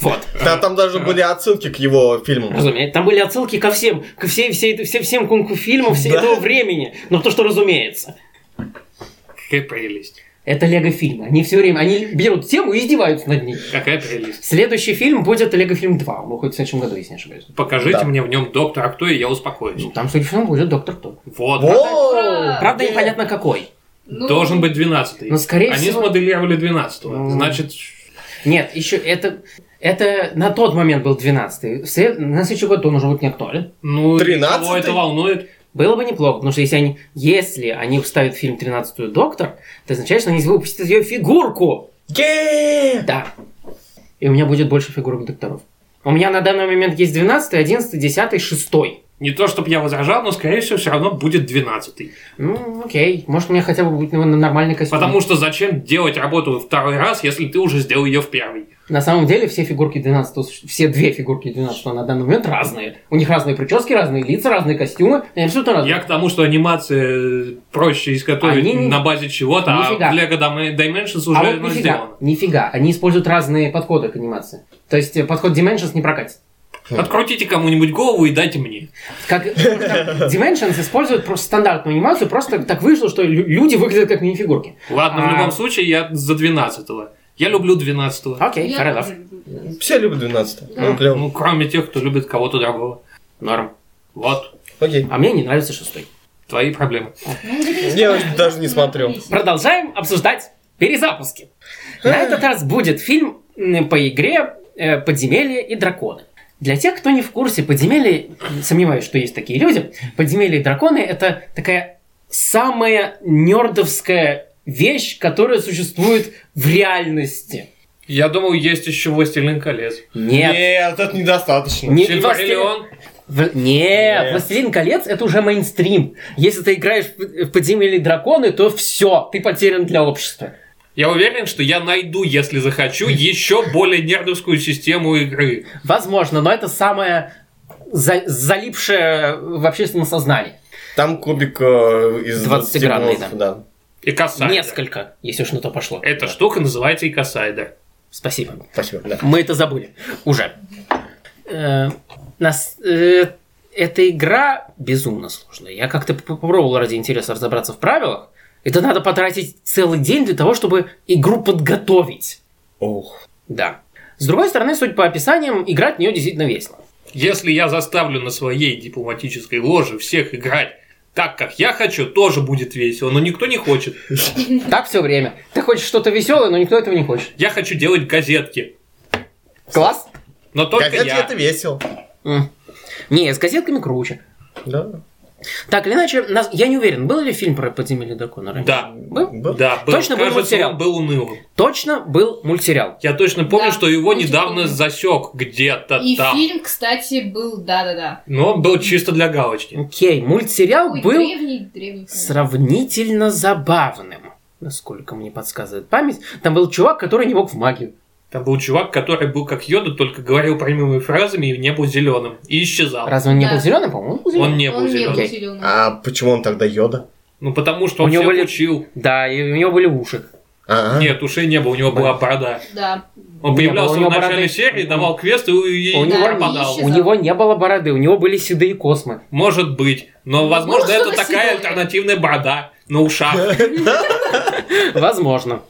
Speaker 1: Вот.
Speaker 2: Да, там даже
Speaker 3: А.
Speaker 2: были отсылки к его фильмам.
Speaker 1: Разумеется, там были отсылки ко всем, ко всей, всей, этой- всем, всем кунг-фу фильмам, всей
Speaker 2: Да.
Speaker 1: этого времени. Но то, что разумеется.
Speaker 3: Какая прелесть.
Speaker 1: Это лего-фильмы. Они все время, они берут тему и издеваются над ней.
Speaker 3: Какая прелесть. Следующий
Speaker 1: Следующий фильм будет Лего фильм 2. Он выходит в следующем году, если не ошибаюсь.
Speaker 3: Покажите
Speaker 2: Да.
Speaker 3: мне в нем доктора кто, и я успокоюсь.
Speaker 1: Ну, там следующий фильм будет Доктор Кто.
Speaker 3: Вот.
Speaker 2: Воу!
Speaker 1: Правда, непонятно какой.
Speaker 4: Ну,
Speaker 3: Должен быть 12
Speaker 1: Но Ну, скорее
Speaker 3: Они
Speaker 1: всего-
Speaker 3: смоделировали 12
Speaker 1: Ну.
Speaker 3: Значит,
Speaker 1: Нет, еще это... Это на тот момент был 12-й. В след- На следующий год он уже будет не актуален.
Speaker 3: ну,
Speaker 2: 13-й?
Speaker 3: кого это волнует?
Speaker 1: Было бы неплохо, потому что если они, если они вставят в фильм «13-ю доктор», это означает, что они выпустят ее фигурку.
Speaker 2: Е-е-е!
Speaker 1: Да. И у меня будет больше фигурок докторов. У меня на данный момент есть 12 11 10 6
Speaker 3: Не то, чтобы я возражал, но, скорее всего, все равно будет 12
Speaker 1: Ну, окей. Может, мне хотя бы будет ну, нормальный костюм.
Speaker 3: Потому что зачем делать работу во второй раз, если ты уже сделал ее в первый?
Speaker 1: На самом деле все фигурки 12, все две фигурки 12 на данный момент разные. У них разные прически, разные лица, разные костюмы. Они абсолютно разные.
Speaker 3: Я к тому, что анимация э, проще изготовить
Speaker 1: Они не-
Speaker 3: на базе чего-то,
Speaker 1: Нифига.
Speaker 3: а в Lego Dim- Dimensions уже
Speaker 1: А вот
Speaker 3: ну,
Speaker 1: нифига,
Speaker 3: сделано.
Speaker 1: нифига, они используют разные подходы к анимации. То есть э, подход Dimensions не прокатит.
Speaker 3: Открутите кому-нибудь голову и дайте мне.
Speaker 1: Как потому что Dimensions используют просто стандартную анимацию, просто так вышло, что лю- люди выглядят как мини-фигурки.
Speaker 3: Ладно,
Speaker 1: А.
Speaker 3: в любом случае, я за 12-го. Я люблю 12-го.
Speaker 1: Окей,
Speaker 4: Я
Speaker 1: fair enough.
Speaker 4: тоже Ну, люблю.
Speaker 2: Все любят 12
Speaker 4: Да.
Speaker 2: Ну, клево.
Speaker 3: Ну, кроме тех, кто любит кого-то другого.
Speaker 1: Норм.
Speaker 3: Вот,
Speaker 2: Окей.
Speaker 1: А мне не нравится шестой.
Speaker 3: твои проблемы.
Speaker 4: Ну, это не
Speaker 2: Я
Speaker 4: страшно.
Speaker 2: даже не смотрел.
Speaker 1: Продолжаем обсуждать перезапуски. На этот раз будет фильм м, по игре э, «Подземелье и драконы». Для тех, кто не в курсе, подземелье, сомневаюсь, что есть такие люди, подземелье и драконы – это такая самая нердовская вещь, которая существует в реальности.
Speaker 3: Я думал, есть еще «Властелин колец».
Speaker 1: Нет.
Speaker 2: Нет, это недостаточно.
Speaker 1: Не-
Speaker 3: «Сильмариллион».
Speaker 1: В- Нет,
Speaker 2: Нет.
Speaker 1: «Властелин колец» это уже мейнстрим. Если ты играешь в в «Подземелье драконы», то все, ты потерян для общества.
Speaker 3: Я уверен, что я найду, если захочу, еще более нердовскую систему игры.
Speaker 1: Возможно, но это самое за- залипшее в общественном сознании.
Speaker 2: Там кубик э, из
Speaker 1: 20-гранный,
Speaker 2: 20 да.
Speaker 3: И касайдер.
Speaker 1: Несколько, если уж на то пошло.
Speaker 3: Эта штука называется и касайдер.
Speaker 1: Спасибо.
Speaker 2: Спасибо, да.
Speaker 1: Мы это забыли уже. Э, нас, э, эта игра безумно сложная. Я как-то поп- попробовал ради интереса разобраться в правилах. Это надо потратить целый день для того, чтобы игру подготовить.
Speaker 2: Ох.
Speaker 1: Да. С другой стороны, судя по описаниям, играть в нее действительно весело.
Speaker 3: Если я заставлю на своей дипломатической ложе всех играть так, как я хочу, тоже будет весело, но никто не хочет.
Speaker 1: Так все время. Ты хочешь что-то веселое, но никто этого не хочет.
Speaker 3: Я хочу делать газетки.
Speaker 1: Класс?
Speaker 3: Но только
Speaker 2: Газетки
Speaker 3: я.
Speaker 2: это весело.
Speaker 1: М. Не, с газетками круче.
Speaker 2: Да.
Speaker 1: Так или иначе, нас- я не уверен, был ли фильм про подземелье дракона? раньше?
Speaker 3: Да.
Speaker 1: Был?
Speaker 2: Был?
Speaker 3: Да, был.
Speaker 1: Точно был
Speaker 3: Кажется,
Speaker 1: мультсериал?
Speaker 3: он был унылым.
Speaker 1: Точно был мультсериал.
Speaker 3: Я точно помню,
Speaker 4: Да,
Speaker 3: что его
Speaker 4: мультик
Speaker 3: недавно
Speaker 4: был.
Speaker 3: засек где-то
Speaker 4: И
Speaker 3: там.
Speaker 4: фильм, кстати, был, да-да-да.
Speaker 3: Но он был чисто для галочки.
Speaker 1: Окей, мультсериал
Speaker 2: А
Speaker 4: Ой,
Speaker 1: был...
Speaker 4: Древний, древний.
Speaker 1: сравнительно забавным, насколько мне подсказывает память. Там был чувак, который не мог в магию.
Speaker 3: Там был чувак, который был как Йода, только говорил прямыми фразами и не был зеленым. И исчезал.
Speaker 1: Разве он не
Speaker 4: Да.
Speaker 1: был зеленым, по-моему? Он был зелёным.
Speaker 3: Он не был
Speaker 4: Он не был
Speaker 3: зеленым.
Speaker 1: Окей.
Speaker 4: зеленым.
Speaker 2: А почему он тогда йода?
Speaker 3: Ну потому что
Speaker 1: У
Speaker 3: он
Speaker 1: него
Speaker 3: всех
Speaker 1: были-
Speaker 3: учил.
Speaker 1: Да, и у него были уши.
Speaker 2: А,
Speaker 3: Нет, ушей не было, у него была борода.
Speaker 4: Да.
Speaker 3: Он
Speaker 1: Не
Speaker 3: появлялся
Speaker 1: было, у него
Speaker 3: в начале
Speaker 1: бороды.
Speaker 3: серии, давал квесты и,
Speaker 1: У
Speaker 3: и
Speaker 1: него
Speaker 3: пропадал.
Speaker 4: ищет.
Speaker 1: У него не было бороды, у него были седые космы.
Speaker 3: Может быть. Но, возможно,
Speaker 4: Ну,
Speaker 3: это
Speaker 4: что-то
Speaker 3: такая
Speaker 4: седое.
Speaker 3: альтернативная борода на ушах.
Speaker 1: Возможно.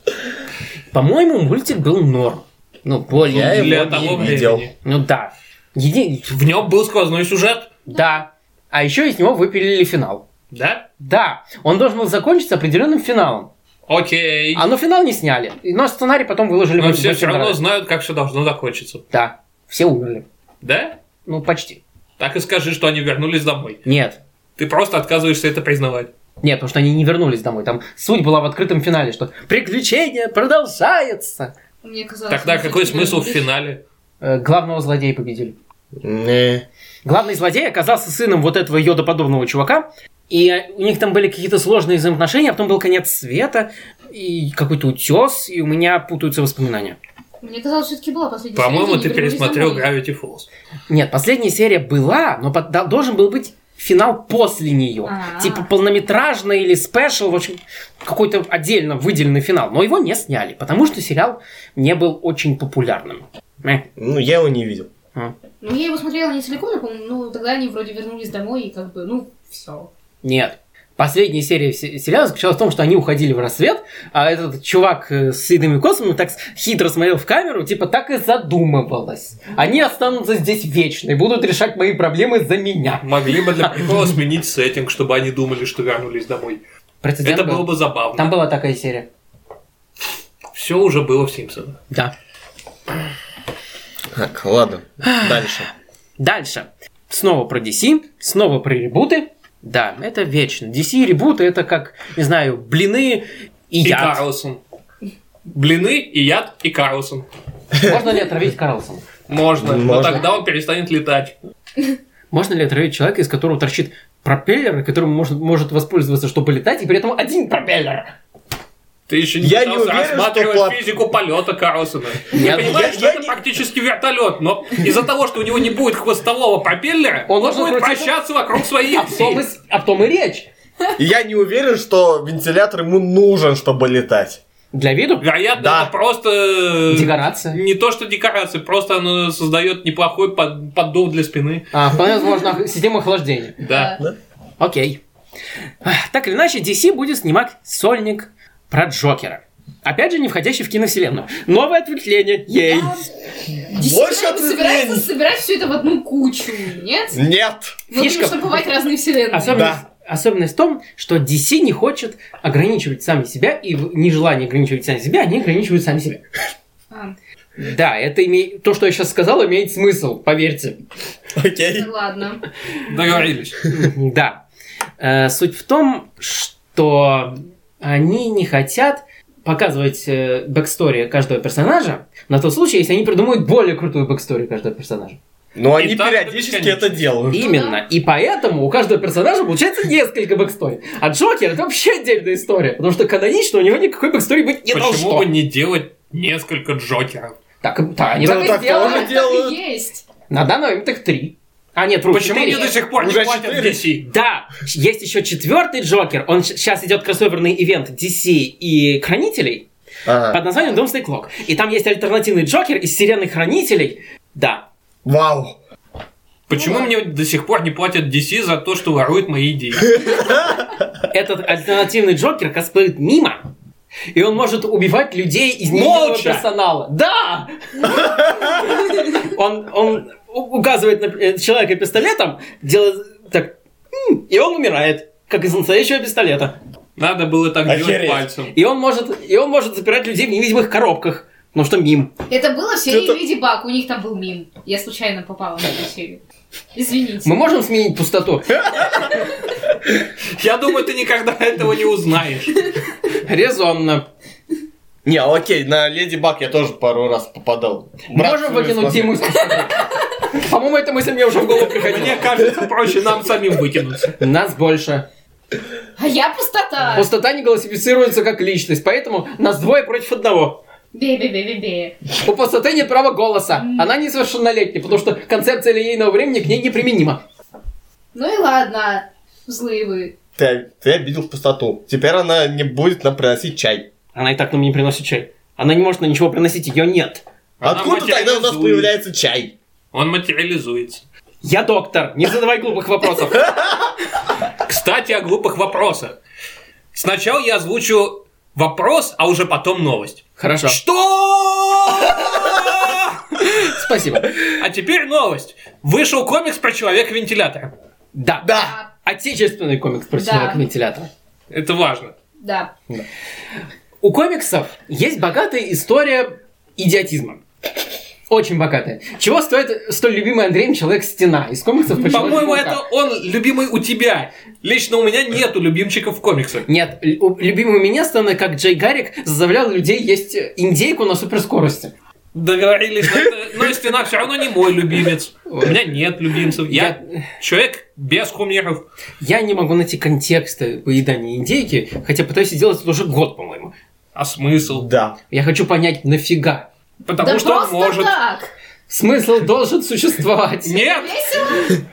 Speaker 1: По-моему, мультик был норм. Ну, более...
Speaker 2: Я его
Speaker 3: Для
Speaker 2: не
Speaker 3: того
Speaker 2: видел.
Speaker 3: времени.
Speaker 1: Ну да. Еди-
Speaker 3: В нем был сквозной сюжет.
Speaker 1: Да. А еще из него выпилили финал.
Speaker 3: Да?
Speaker 1: Да, он должен был закончиться определенным финалом.
Speaker 3: Окей.
Speaker 1: А но финал не сняли. Но сценарий потом выложили
Speaker 3: Но
Speaker 1: в-
Speaker 3: все
Speaker 1: в
Speaker 3: все равно
Speaker 1: феврале.
Speaker 3: знают, как все должно закончиться.
Speaker 1: Да, все умерли.
Speaker 3: Да?
Speaker 1: Ну, почти.
Speaker 3: Так и скажи, что они вернулись домой.
Speaker 1: Нет.
Speaker 3: Ты просто отказываешься это признавать.
Speaker 1: Нет, потому что они не вернулись домой. Там суть была в открытом финале, что приключение продолжается.
Speaker 4: Мне казалось...
Speaker 3: Тогда
Speaker 4: что
Speaker 3: какой
Speaker 4: это
Speaker 3: смысл в
Speaker 4: будет-
Speaker 3: финале?
Speaker 1: Э, главного злодея победили.
Speaker 2: Не.
Speaker 1: Главный злодей оказался сыном вот этого йодоподобного чувака. И э, у них там были какие-то сложные взаимоотношения, а потом был конец света, и какой-то утес, и у меня путаются воспоминания.
Speaker 4: Мне казалось, все-таки была последняя
Speaker 3: По-моему,
Speaker 4: серия,
Speaker 3: ты
Speaker 4: они вернулись
Speaker 3: пересмотрел
Speaker 4: домой.
Speaker 3: Gravity Falls.
Speaker 1: Нет, последняя серия была, но под- да- должен был быть финал после нее.
Speaker 4: А.
Speaker 1: Типа полнометражный или спешл, в общем, какой-то отдельно выделенный финал. Но его не сняли, потому что сериал не был очень популярным. Мeh.
Speaker 2: Ну, я его не видел.
Speaker 4: Ну, я его смотрела не целиком, но, по-моему, ну, тогда они вроде вернулись домой и как бы, ну, все.
Speaker 1: Нет. Последняя серия се- сериала заключалась в том, что они уходили в рассвет, а этот чувак э, с седыми космами так с- хитро смотрел в камеру, типа так и задумывалось. Они останутся здесь вечно и будут решать мои проблемы за меня.
Speaker 3: Могли бы для прикола сменить сеттинг, чтобы они думали, что вернулись домой.
Speaker 1: Прецедент
Speaker 3: Это
Speaker 1: был.
Speaker 3: было бы
Speaker 1: Там
Speaker 3: забавно.
Speaker 1: была такая серия.
Speaker 3: Все уже было в Симпсонах.
Speaker 1: Да.
Speaker 2: Так, ладно. Дальше.
Speaker 1: Дальше. Снова про DC, снова про ребуты. Да, это вечно. DC и ребуты это как, не знаю, блины и
Speaker 3: И
Speaker 1: яд.
Speaker 3: Карлсон. Блины, и яд, и Карлсон.
Speaker 1: Можно ли отравить Карлсона?
Speaker 3: Можно, но
Speaker 2: Можно.
Speaker 3: тогда он перестанет летать.
Speaker 1: Можно ли отравить человека, из которого торчит пропеллер, и которым может, может воспользоваться, чтобы летать, и при этом один пропеллер?
Speaker 3: Ты еще не
Speaker 2: Я
Speaker 3: пытался
Speaker 2: не уверен,
Speaker 3: рассматривать
Speaker 2: что пла-
Speaker 3: физику полета Карлсона.
Speaker 1: Я-
Speaker 3: Ты понимаешь,
Speaker 2: я-
Speaker 3: что
Speaker 2: я
Speaker 3: это
Speaker 2: не-
Speaker 3: практически вертолет, но из-за того, что у него не будет хвостового пропеллера,
Speaker 1: Он
Speaker 3: он,
Speaker 1: должен
Speaker 3: будет
Speaker 1: крутиться.
Speaker 3: вращаться вокруг своей
Speaker 1: О том и,
Speaker 3: оси.
Speaker 1: с- о том и речь.
Speaker 2: И я не уверен, что вентилятор ему нужен, чтобы летать.
Speaker 1: Для виду
Speaker 3: Вероятно,
Speaker 2: Да.
Speaker 3: это просто... э,
Speaker 1: декорация.
Speaker 3: Не то, что декорация, просто оно создает неплохой под- поддув для спины.
Speaker 1: А, вполне возможно, ох- система охлаждения.
Speaker 3: Да.
Speaker 1: Окей. Ах, Так или иначе, DC будет снимать сольник про Джокера. Опять же, не входящий в киновселенную. Новое ответвление. Ей.
Speaker 2: Больше
Speaker 4: Действительно, собирается
Speaker 2: ответвлений.
Speaker 4: собирать все это в одну кучу, нет?
Speaker 2: Нет.
Speaker 4: Мы
Speaker 1: Фишка-
Speaker 4: будем штамповать разные вселенные.
Speaker 1: Особенность, особенность в том, что DC не хочет ограничивать сами себя, и в нежелание ограничивать сами себя, они ограничивают сами себя.
Speaker 4: А,
Speaker 1: Да, это име... то, что я сейчас сказал, имеет смысл, поверьте.
Speaker 2: Окей.
Speaker 4: ладно.
Speaker 3: Договорились.
Speaker 1: Да. Э, Э, Суть в том, что они не хотят показывать э, бэкстори каждого персонажа на тот случай, если они придумают более крутую бэкстори каждого персонажа.
Speaker 2: Но Ну, они
Speaker 3: И так
Speaker 2: периодически
Speaker 3: бесконечно.
Speaker 2: это делают.
Speaker 1: Именно. И поэтому у каждого персонажа получается несколько бэкстори. А Джокер это вообще отдельная история. Потому что канонично у него никакой бэкстори быть не
Speaker 3: Почему
Speaker 1: должно.
Speaker 3: бы не делать несколько Джокеров?
Speaker 1: Так, так, они
Speaker 2: Да,
Speaker 1: так и
Speaker 2: так
Speaker 1: сделали.
Speaker 2: тоже
Speaker 4: так и
Speaker 2: делают.
Speaker 4: есть.
Speaker 1: На данный момент их три. А нет, вру,
Speaker 3: Почему
Speaker 1: четыре.
Speaker 3: мне до сих пор не
Speaker 2: Уже
Speaker 3: платят
Speaker 2: четыре.
Speaker 3: DC?
Speaker 1: Да, ч- есть еще четвертый Джокер. Он сейчас идет кроссоверный ивент DC и Хранителей
Speaker 2: Ага.
Speaker 1: под названием Doomsday Clock. И там есть альтернативный Джокер из вселенной Хранителей. Да.
Speaker 2: Вау.
Speaker 3: Почему
Speaker 4: Ну да.
Speaker 3: мне до сих пор не платят DC за то, что воруют мои идеи?
Speaker 1: Этот альтернативный Джокер косплеит мимо. И он может убивать людей из низменного
Speaker 3: Молча.
Speaker 1: персонала. Да! Он, он у- указывает на э, человека пистолетом, делает так, «М», и он умирает, как из настоящего пистолета.
Speaker 3: Надо было так делать
Speaker 2: Охереть.
Speaker 3: пальцем.
Speaker 1: И он может, и он может запирать людей в невидимых коробках. Потому что мим.
Speaker 4: Это было в серии
Speaker 2: Что-то-
Speaker 4: Леди Баг, у них там был мим. Я случайно попала на эту серию. Извините.
Speaker 1: Мы можем сменить пустоту?
Speaker 3: Я думаю, ты никогда этого не узнаешь.
Speaker 1: Резонно.
Speaker 2: Не, окей, на Леди Баг я тоже пару раз попадал. Брат
Speaker 1: можем
Speaker 2: всё
Speaker 1: выкинуть
Speaker 2: смотрел.
Speaker 1: тему из пустоты? По-моему, эта мысль мне уже в голову
Speaker 3: Мне
Speaker 1: приходила.
Speaker 3: кажется, проще нам самим выкинуться.
Speaker 1: Нас больше.
Speaker 4: А я пустота.
Speaker 1: Пустота не классифицируется как личность, поэтому нас двое против одного.
Speaker 4: Бе-бе-бе-бе-бе.
Speaker 1: У пустоты нет права голоса. Она несовершеннолетняя, потому что концепция линейного времени к ней неприменима.
Speaker 4: Ну и ладно, злые вы.
Speaker 2: Ты, ты обидел пустоту. Теперь она не будет нам приносить чай.
Speaker 1: Она и так нам не приносит чай. Она не может на ничего приносить, ее нет.
Speaker 3: Она
Speaker 2: Откуда тогда у нас
Speaker 3: материализует.
Speaker 2: появляется чай?
Speaker 3: Он материализуется.
Speaker 1: Я доктор, не задавай глупых вопросов.
Speaker 3: Кстати, о глупых вопросах. Сначала я озвучу вопрос, а уже потом новость.
Speaker 1: Хорошо,
Speaker 3: Что?
Speaker 1: спасибо.
Speaker 3: А теперь новость. Вышел комикс про человека-вентилятора.
Speaker 1: Да.
Speaker 2: Да.
Speaker 4: А,
Speaker 1: Отечественный комикс про
Speaker 4: Да.
Speaker 1: человека-вентилятора.
Speaker 3: Это важно.
Speaker 4: Да.
Speaker 1: У комиксов есть богатая история идиотизма. Очень богатая. Чего стоит столь любимый Андреем Человек-стена из комиксов про
Speaker 3: По-моему,
Speaker 1: Человека-паука?
Speaker 3: это он любимый у тебя. Лично у меня нету любимчиков в комиксах.
Speaker 1: Нет, л- у- любимый у меня стена, как Джей Гарик заставлял людей есть э, индейку на суперскорости.
Speaker 3: Договорились, но, это- но стена все равно не мой любимец. У меня нет любимцев. Я человек без кумиров.
Speaker 1: Я не могу найти контекста поедания индейки, хотя пытаюсь сделать это уже год, по-моему.
Speaker 3: А смысл?
Speaker 2: Да.
Speaker 1: Я хочу понять, нафига.
Speaker 3: Потому
Speaker 4: да
Speaker 3: что он
Speaker 4: просто
Speaker 3: может.
Speaker 4: так.
Speaker 1: Смысл должен существовать.
Speaker 3: Нет!
Speaker 4: Весело.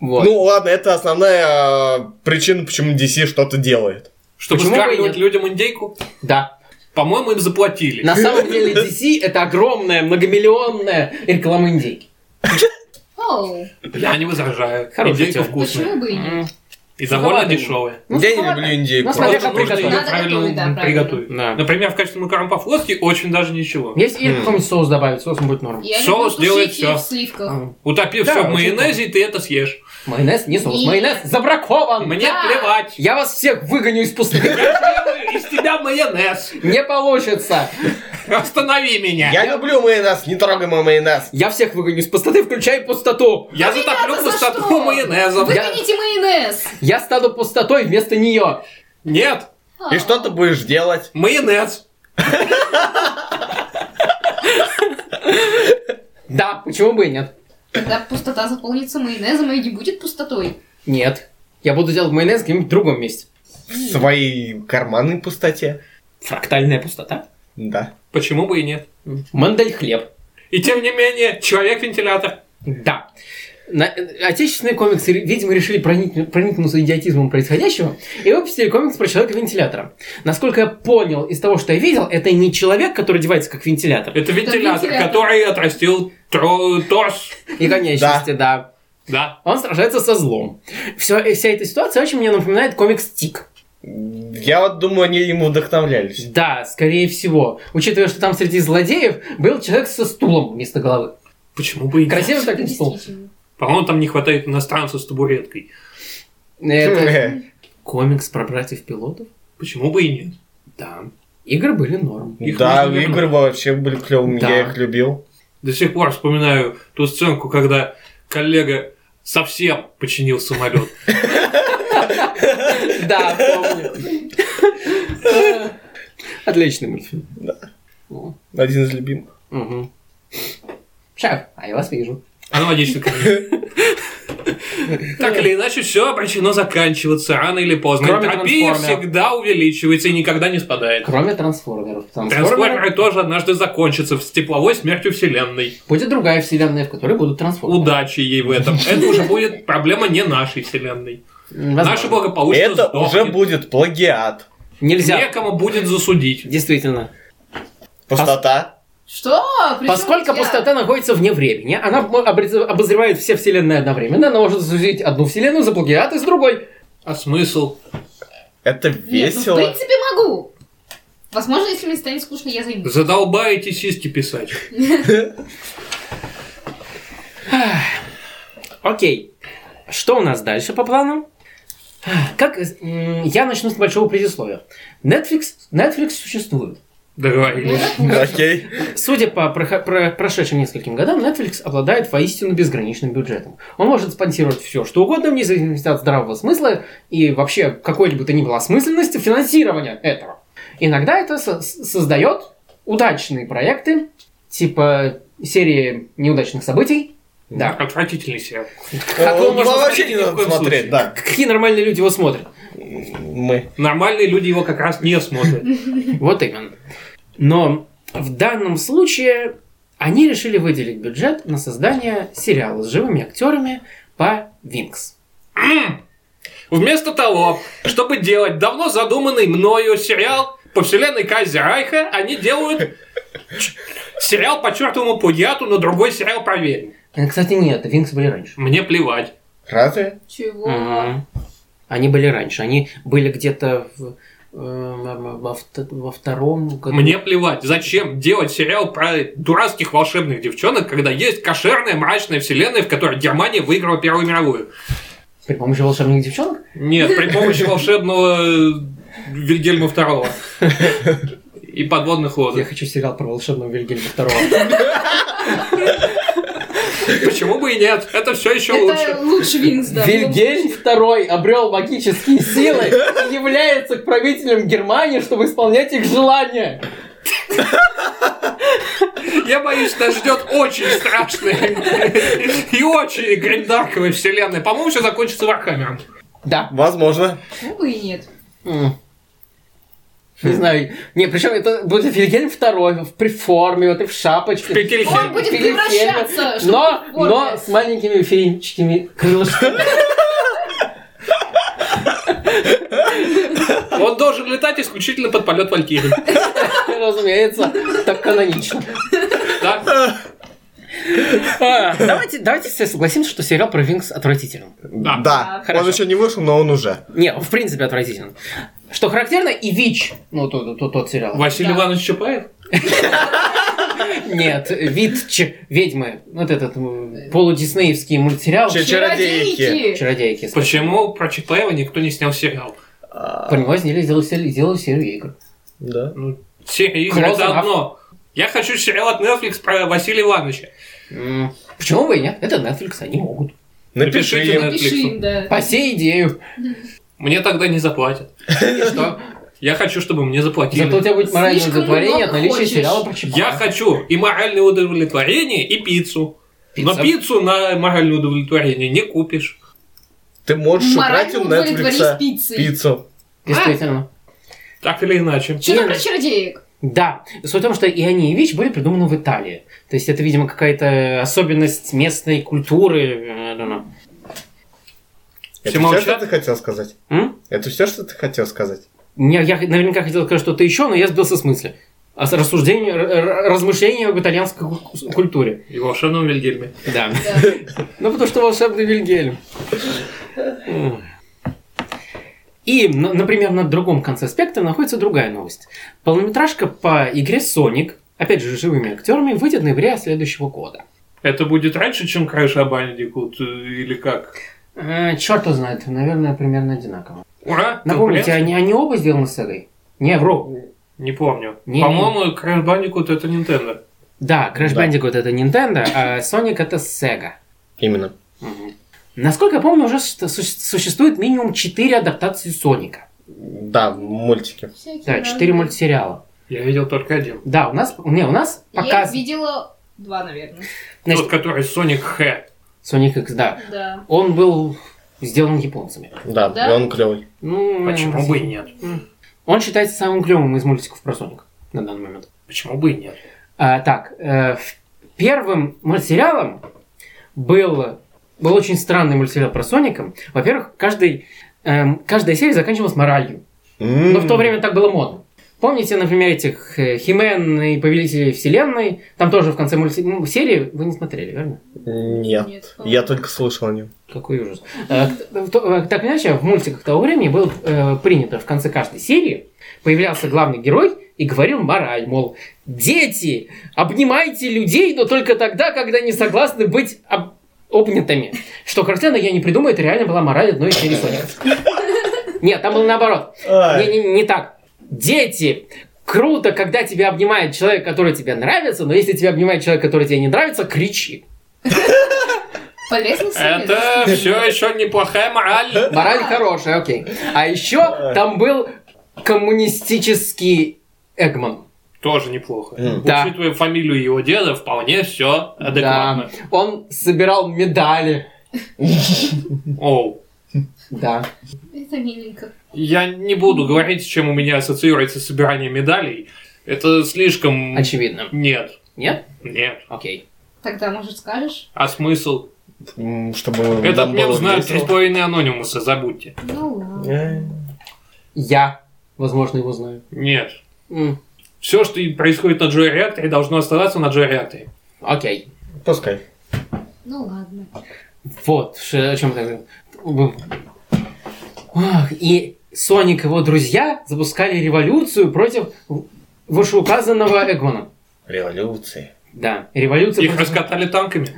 Speaker 1: Вот.
Speaker 2: Ну ладно, это основная э, причина, почему DC что-то делает.
Speaker 3: Чтобы
Speaker 1: Почему бы и
Speaker 3: скармливать
Speaker 1: нет?
Speaker 3: людям индейку,
Speaker 1: да.
Speaker 3: по-моему, им заплатили.
Speaker 1: На самом деле DC это огромная, многомиллионная реклама индейки.
Speaker 4: Оу.
Speaker 3: Я не возражаю.
Speaker 1: Хороший
Speaker 3: Индейка
Speaker 1: тема.
Speaker 3: вкусная.
Speaker 4: Почему бы и нет?
Speaker 3: И довольно
Speaker 1: Суховатый.
Speaker 3: дешевая.
Speaker 1: Ну,
Speaker 2: я не
Speaker 1: суховато.
Speaker 2: люблю индейку.
Speaker 1: Ну, смотря
Speaker 3: Просто
Speaker 1: как
Speaker 3: нужно ее
Speaker 1: приготовить.
Speaker 4: Надо готовить, да,
Speaker 3: правильно
Speaker 4: правильно.
Speaker 3: приготовить.
Speaker 1: Да.
Speaker 3: Например, в качестве макарон по-флотски очень даже ничего.
Speaker 1: Если и какой-нибудь соус добавить, соус будет норм.
Speaker 4: Я
Speaker 3: Соус
Speaker 4: люблю
Speaker 3: делает
Speaker 4: сушики
Speaker 3: всё.
Speaker 4: в сливках.
Speaker 3: Утопив
Speaker 1: Да,
Speaker 3: все в
Speaker 1: очень
Speaker 3: майонезе, и ты это съешь.
Speaker 1: Майонез не соус.
Speaker 4: Нет.
Speaker 1: Майонез забракован.
Speaker 3: Мне
Speaker 4: Да.
Speaker 3: плевать.
Speaker 1: Я вас всех выгоню из пустыни.
Speaker 3: Я делаю из тебя майонез.
Speaker 1: Не получится.
Speaker 3: Останови меня.
Speaker 2: Я люблю майонез, не трогай мой майонез.
Speaker 1: Я всех выгоню из пустоты, включая пустоту.
Speaker 3: Я
Speaker 4: А
Speaker 3: затоплю
Speaker 4: меня-то за
Speaker 3: пустоту
Speaker 4: что?
Speaker 3: майонезом.
Speaker 1: Вы- Я-
Speaker 4: Выгоните майонез.
Speaker 1: Я стану пустотой вместо нее.
Speaker 3: Нет,
Speaker 4: А,
Speaker 2: И что ты будешь делать?
Speaker 3: майонез.
Speaker 1: Да, почему бы и нет?
Speaker 4: Когда пустота заполнится майонезом и не будет пустотой.
Speaker 1: Нет. Я буду делать майонез в каком-нибудь другом месте.
Speaker 2: В своей карманной пустоте?
Speaker 1: Фрактальная пустота.
Speaker 2: Да.
Speaker 3: Почему бы и нет?
Speaker 1: Мандель хлеб.
Speaker 3: И тем не менее, человек-вентилятор.
Speaker 1: Да. На- э, отечественные комиксы, видимо, решили проникну- проникнуться идиотизмом происходящего и выпустили комикс про человека-вентилятора. Насколько я понял из того, что я видел, это не человек, который одевается как вентилятор.
Speaker 3: Это вентилятор,
Speaker 4: вентилятор.
Speaker 3: который отрастил тро- торс.
Speaker 1: И конечности, да.
Speaker 3: Да.
Speaker 1: Он сражается со злом. Все, вся эта ситуация очень мне напоминает комикс Тик.
Speaker 2: Я вот думаю, они ему вдохновлялись.
Speaker 1: Да, скорее всего. Учитывая, что там среди злодеев был человек со стулом вместо головы.
Speaker 3: Почему бы и нет?
Speaker 1: Красивый так стул.
Speaker 4: Действительно.
Speaker 3: По-моему, там не хватает иностранца с табуреткой.
Speaker 1: Это
Speaker 2: Хм.
Speaker 1: комикс про братьев-пилотов?
Speaker 3: Почему бы и нет?
Speaker 1: Да. Игры были норм.
Speaker 3: Их
Speaker 2: Да,
Speaker 3: нужно
Speaker 2: игры
Speaker 3: вернуть.
Speaker 2: вообще были клевыми,
Speaker 1: Да.
Speaker 2: я их любил.
Speaker 3: До сих пор вспоминаю ту сценку, когда коллега совсем починил самолет.
Speaker 1: Да, помню. Отличный мультфильм. Да.
Speaker 2: Один из любимых.
Speaker 1: Угу. Шеф, а я вас вижу.
Speaker 3: Аналогично, конечно. Так или иначе, все обречено заканчиваться рано или поздно.
Speaker 1: Кроме
Speaker 3: Энтропия
Speaker 1: трансформера.
Speaker 3: всегда увеличивается и никогда не спадает.
Speaker 1: Кроме трансформеров. Трансформеры
Speaker 3: Трансформеры тоже однажды закончатся с тепловой смертью Вселенной.
Speaker 1: будет другая вселенная, в которой будут трансформеры.
Speaker 3: Удачи ей в этом. Это уже будет проблема не нашей Вселенной.
Speaker 1: Возможно.
Speaker 3: Наше благополучие
Speaker 2: Это уже
Speaker 3: сдохнет.
Speaker 2: будет плагиат.
Speaker 1: Нельзя.
Speaker 3: Некому будет засудить.
Speaker 1: Действительно.
Speaker 2: Пустота.
Speaker 4: Что? При чём
Speaker 1: Поскольку
Speaker 4: я?
Speaker 1: пустота находится вне времени, она м- обрез- обозревает все вселенные одновременно, она может сузить одну вселенную за плагиат и с другой.
Speaker 3: А смысл?
Speaker 2: Это
Speaker 4: Нет, ну, в
Speaker 2: весело.
Speaker 4: принципе, могу. Возможно, если мне станет скучно, я займусь.
Speaker 3: Задолбаете сиськи писать.
Speaker 1: Окей. Что у нас дальше по плану? Как, м, я начну с большого предисловия. Netflix, Netflix существует.
Speaker 3: Договорились.
Speaker 2: Окей.
Speaker 1: Судя по прохо- про- прошедшим нескольким годам, Netflix обладает воистину безграничным бюджетом. Он может спонсировать все, что угодно, вне зависимости от здравого смысла и вообще какой-либо то ни было осмысленности финансирования этого. Иногда это со- создает удачные проекты, типа серии неудачных событий. Да.
Speaker 3: Отвратительный сериал.
Speaker 1: Как его
Speaker 2: О,
Speaker 1: можно
Speaker 2: Вообще
Speaker 3: смотреть
Speaker 2: не
Speaker 3: ни в
Speaker 2: надо
Speaker 3: коем
Speaker 2: смотреть,
Speaker 3: случае?
Speaker 2: да.
Speaker 1: Какие нормальные люди его смотрят?
Speaker 2: Мы.
Speaker 3: Нормальные люди его как раз не смотрят.
Speaker 1: Вот именно. Но в данном случае они решили выделить бюджет на создание сериала с живыми актерами по Винкс.
Speaker 3: Вместо того, чтобы делать давно задуманный мною сериал по вселенной Кайзе Райха, они делают ч- сериал по чертовому плагиату, но другой сериал про ведьм.
Speaker 1: Э, Кстати, нет, Винкс были раньше.
Speaker 3: Мне плевать.
Speaker 2: Разве?
Speaker 4: Чего?
Speaker 1: Мгм. Они были раньше. Они были где-то в, э, во, вт- во втором году.
Speaker 3: Мне плевать. Зачем делать сериал про дурацких волшебных девчонок, когда есть кошерная мрачная вселенная, в которой Германия выиграла Первую мировую?
Speaker 1: При помощи волшебных девчонок?
Speaker 3: Нет, при помощи волшебного э, Вильгельма II и подводных
Speaker 1: Я
Speaker 3: лодок.
Speaker 1: хочу сериал про волшебного Вильгельма второго.
Speaker 3: Почему бы и нет? Это все еще лучше.
Speaker 4: Это лучше Винкс, да.
Speaker 1: Вильгельм II обрел магические силы и является правителем Германии, чтобы исполнять их желания.
Speaker 3: Я боюсь, нас ждет очень страшная и очень гриндарковая вселенная. По-моему, все закончится Вархаммером.
Speaker 1: Да.
Speaker 2: Возможно.
Speaker 4: Ну, Почему бы и нет?
Speaker 1: М. Не знаю. Не, причем это будет Вильгельм II в приформе, вот и в шапочке.
Speaker 4: Он будет
Speaker 1: Вильгельм
Speaker 4: превращаться, чтобы
Speaker 1: но,
Speaker 4: в форме.
Speaker 1: но с маленькими феерическими крылышками.
Speaker 3: Он должен летать исключительно под полет Валькирии.
Speaker 1: Разумеется, так канонично.
Speaker 3: Да?
Speaker 1: А, Давайте, давайте все согласимся, что сериал про Винкс отвратителен.
Speaker 3: Да.
Speaker 2: Да.
Speaker 1: Хорошо.
Speaker 2: Он еще не вышел, но он уже.
Speaker 1: Не, в принципе отвратителен. Что характерно, и ВИЧ, ну тот, тот, тот сериал.
Speaker 3: Василий
Speaker 4: Да.
Speaker 3: Иванович Чапаев?
Speaker 1: Нет, ВИЧ, ведьмы, вот этот м, полудиснеевский мультсериал.
Speaker 2: Че- Чародейки.
Speaker 1: Чародейки. кстати.
Speaker 3: Почему про Чапаева никто не снял сериал?
Speaker 1: Про него сделали, сделали, сделали серию игр.
Speaker 2: Да.
Speaker 3: Серии
Speaker 1: Красава.
Speaker 3: игры заодно. Я хочу сериал от Netflix про Василия Ивановича.
Speaker 1: М, Почему бы и нет? Это Netflix, они могут.
Speaker 2: Напиши
Speaker 3: Напишите
Speaker 2: им.
Speaker 3: на-
Speaker 4: Пиши им, да.
Speaker 1: Посей идею.
Speaker 3: Мне тогда не заплатят.
Speaker 1: И что?
Speaker 3: Я хочу, чтобы мне заплатили.
Speaker 1: Зато у тебя А? будет моральное
Speaker 4: Слишком
Speaker 1: удовлетворение
Speaker 4: много
Speaker 1: от наличия
Speaker 4: хочешь.
Speaker 1: сериала про Чапаева.
Speaker 3: Я хочу и моральное удовлетворение, и пиццу.
Speaker 1: Пицца.
Speaker 3: Но пиццу на моральное удовлетворение не купишь.
Speaker 2: Ты можешь убрать
Speaker 4: Морально
Speaker 2: у
Speaker 4: удовлетворись
Speaker 2: Netflix
Speaker 4: пиццей.
Speaker 2: пиццу.
Speaker 1: Действительно.
Speaker 3: Так или иначе.
Speaker 4: Что
Speaker 1: Не,
Speaker 4: там про
Speaker 1: ну-
Speaker 4: чародеек?
Speaker 1: Да, суть в том, что и они, и ВИЧ были придуманы в Италии. То есть это, видимо, какая-то особенность местной культуры. э, I don't know.
Speaker 2: Это
Speaker 3: Все
Speaker 2: все,
Speaker 3: молчат?
Speaker 2: что ты хотел сказать?
Speaker 1: М?
Speaker 2: Это все, что ты хотел сказать?
Speaker 1: Не, я наверняка хотел сказать что-то еще, но я сбился с мысли. А с рассуждения, р- р- размышления об итальянской ку- культуре.
Speaker 3: И волшебном Вильгельме.
Speaker 1: Да.
Speaker 4: Да.
Speaker 1: Ну, потому что волшебный Вильгельм. И, н- например, на другом конце спектра находится другая новость. Полнометражка по игре Sonic, опять же, с живыми актерами, выйдет в ноябре следующего года.
Speaker 3: Это будет раньше, чем Крэша Бандикут э, или как?
Speaker 1: черт Э, его знает, наверное, примерно одинаково.
Speaker 3: Ура!
Speaker 1: Напомните,
Speaker 3: конкуренция?
Speaker 1: они, они оба сделаны с Сегой? Не, вру.
Speaker 3: Не помню.
Speaker 1: Не-
Speaker 3: По-моему, Крэш Бандикут это Nintendo.
Speaker 1: Да, Crash
Speaker 2: Да.
Speaker 1: Bandicoot это Nintendo, а Sonic это Sega.
Speaker 2: Именно.
Speaker 1: Мгм. Насколько я помню, уже су- су- существует минимум 4 адаптации Соника.
Speaker 2: Да, мультики.
Speaker 4: Всякие
Speaker 1: Да,
Speaker 4: разные.
Speaker 1: 4 мультсериала.
Speaker 3: Я видел только один.
Speaker 1: Да, у нас, не, у нас
Speaker 4: Я
Speaker 1: показ...
Speaker 4: видела два, наверное.
Speaker 1: Значит,
Speaker 3: Тот, который Соник Х.
Speaker 1: Соник X, да.
Speaker 4: Да.
Speaker 1: Он был сделан японцами.
Speaker 2: Да,
Speaker 4: Да?
Speaker 2: и он клевый.
Speaker 1: Ну,
Speaker 3: Почему бы и нет?
Speaker 1: Он считается самым клевым из мультиков про Соника на данный момент.
Speaker 3: Почему бы и нет?
Speaker 1: А, так, э, в- первым мультсериалом был, был очень странный мультсериал про Соника. Во-первых, каждый, эм, каждая серия заканчивалась моралью. Но Ну, в то время так было модно. Помните, например, этих э, Химен и Повелители Вселенной? Там тоже в конце мультсе- ну, серии вы не смотрели, верно?
Speaker 2: Нет. Я только слышал о нем.
Speaker 1: Какой ужас. Э, к- то- э, Так или иначе, в мультиках того времени было э, принято в конце каждой серии появлялся главный герой и говорил мораль, мол, дети, обнимайте людей, но только тогда, когда не согласны быть об- обнятыми. Что картина я не придумаю, это реально была мораль одной из серий Соников. Нет, там было наоборот. Не,
Speaker 2: Ай.
Speaker 1: не, не так. Дети, круто, когда тебя обнимает человек, который тебе нравится, но если тебя обнимает человек, который тебе не нравится, кричи.
Speaker 4: Полезный совет.
Speaker 3: Это все еще неплохая мораль.
Speaker 1: Мораль хорошая, окей. А еще там был коммунистический Эгман.
Speaker 3: Тоже неплохо.
Speaker 2: М.
Speaker 1: Да.
Speaker 3: Учитывая фамилию его деда, вполне все адекватно.
Speaker 1: Да. Он собирал медали.
Speaker 3: Оу.
Speaker 1: Да.
Speaker 4: Это миленько.
Speaker 3: Я не буду говорить, с чем у меня ассоциируется собирание медалей. Это слишком...
Speaker 1: Очевидно.
Speaker 3: Нет.
Speaker 1: Нет?
Speaker 3: Нет.
Speaker 1: Окей.
Speaker 4: Тогда, может, скажешь?
Speaker 3: А смысл?
Speaker 2: М, Чтобы
Speaker 3: Этот
Speaker 2: нам
Speaker 3: мем
Speaker 2: было
Speaker 3: знают три с
Speaker 2: весело.
Speaker 3: половиной анонимуса, забудьте.
Speaker 4: Ну ладно.
Speaker 2: Э,
Speaker 1: Я, возможно, его знаю.
Speaker 3: Нет.
Speaker 1: М,
Speaker 3: Все, что и происходит на Joy реакторе, должно оставаться на Joy реакторе.
Speaker 1: Окей.
Speaker 2: Пускай.
Speaker 4: Ну ладно.
Speaker 1: Вот, ш- о чем я говорил. Ах, И Соник и его друзья запускали революцию против в- вышеуказанного Эгмана.
Speaker 2: Революции.
Speaker 1: Да, революция
Speaker 3: Их
Speaker 1: против-
Speaker 3: раскатали танками.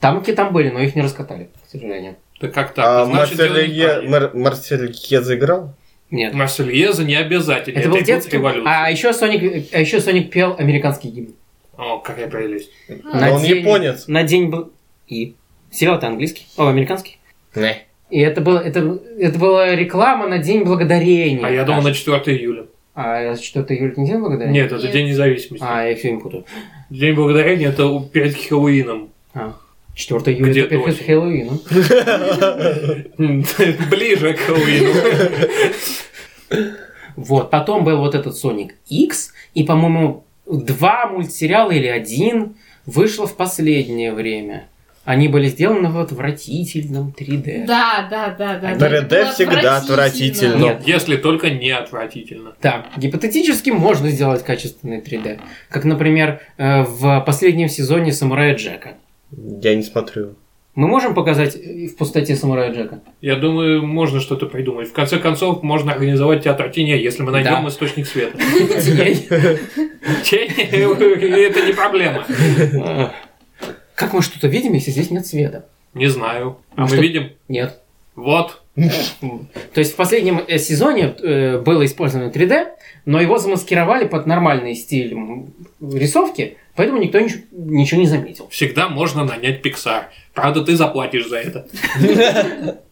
Speaker 1: Танки там были, но их не раскатали, к сожалению.
Speaker 3: Да как так?
Speaker 2: А
Speaker 3: Это значит, дело
Speaker 2: Марселье...
Speaker 3: неправильно.
Speaker 2: Мар- Марселье заиграл?
Speaker 1: Нет.
Speaker 3: Марсельеза не обязательно.
Speaker 1: Это был
Speaker 3: и будет
Speaker 1: детский.
Speaker 3: революция.
Speaker 1: А еще Соник, а еще Соник пел американский гимн. А,
Speaker 3: О, какая прелесть.
Speaker 4: А.
Speaker 2: Но он японец.
Speaker 1: На день был. И. Сериал-то английский. О, американский.
Speaker 2: Не.
Speaker 1: И это было, это, это была реклама на День Благодарения.
Speaker 3: А я думал, на 4 июля.
Speaker 1: А 4 июля не День Благодарения?
Speaker 3: Нет, это
Speaker 4: Нет.
Speaker 3: День независимости.
Speaker 1: А, я все им путаю.
Speaker 3: День благодарения это у- перед Хэллоуином.
Speaker 1: 4 А, июля
Speaker 3: Где
Speaker 1: это перед
Speaker 3: осень?
Speaker 1: Хэллоуином.
Speaker 3: Ближе к Хэллоуину.
Speaker 1: Вот, потом был вот этот Sonic X, и, по-моему, два мультсериала или один вышло в последнее время. Они были сделаны в отвратительном 3D.
Speaker 4: Да, да, да, да. да.
Speaker 2: 3D
Speaker 4: Это было
Speaker 2: всегда отвратительно.
Speaker 1: Нет.
Speaker 3: Если только не отвратительно.
Speaker 1: Да, гипотетически можно сделать качественный 3D. Как, например, э, в последнем сезоне Самурая Джека.
Speaker 2: Я не смотрю.
Speaker 1: Мы можем показать э, в пустоте Самурая Джека?
Speaker 3: Я думаю, можно что-то придумать. В конце концов, можно организовать театр теней, если мы найдем
Speaker 1: Да.
Speaker 3: источник света.
Speaker 1: Я-
Speaker 3: Тень – это не проблема.
Speaker 1: Э, Как мы что-то видим, если здесь нет света?
Speaker 3: Не знаю.
Speaker 1: Ну
Speaker 3: А мы
Speaker 1: что?
Speaker 3: видим?
Speaker 1: Нет.
Speaker 3: Вот.
Speaker 1: То есть в последнем э, сезоне э, было использовано 3D, но его замаскировали под нормальный стиль м, рисовки, поэтому никто нич- ничего не заметил.
Speaker 3: Всегда можно нанять Pixar. Правда, ты заплатишь за это.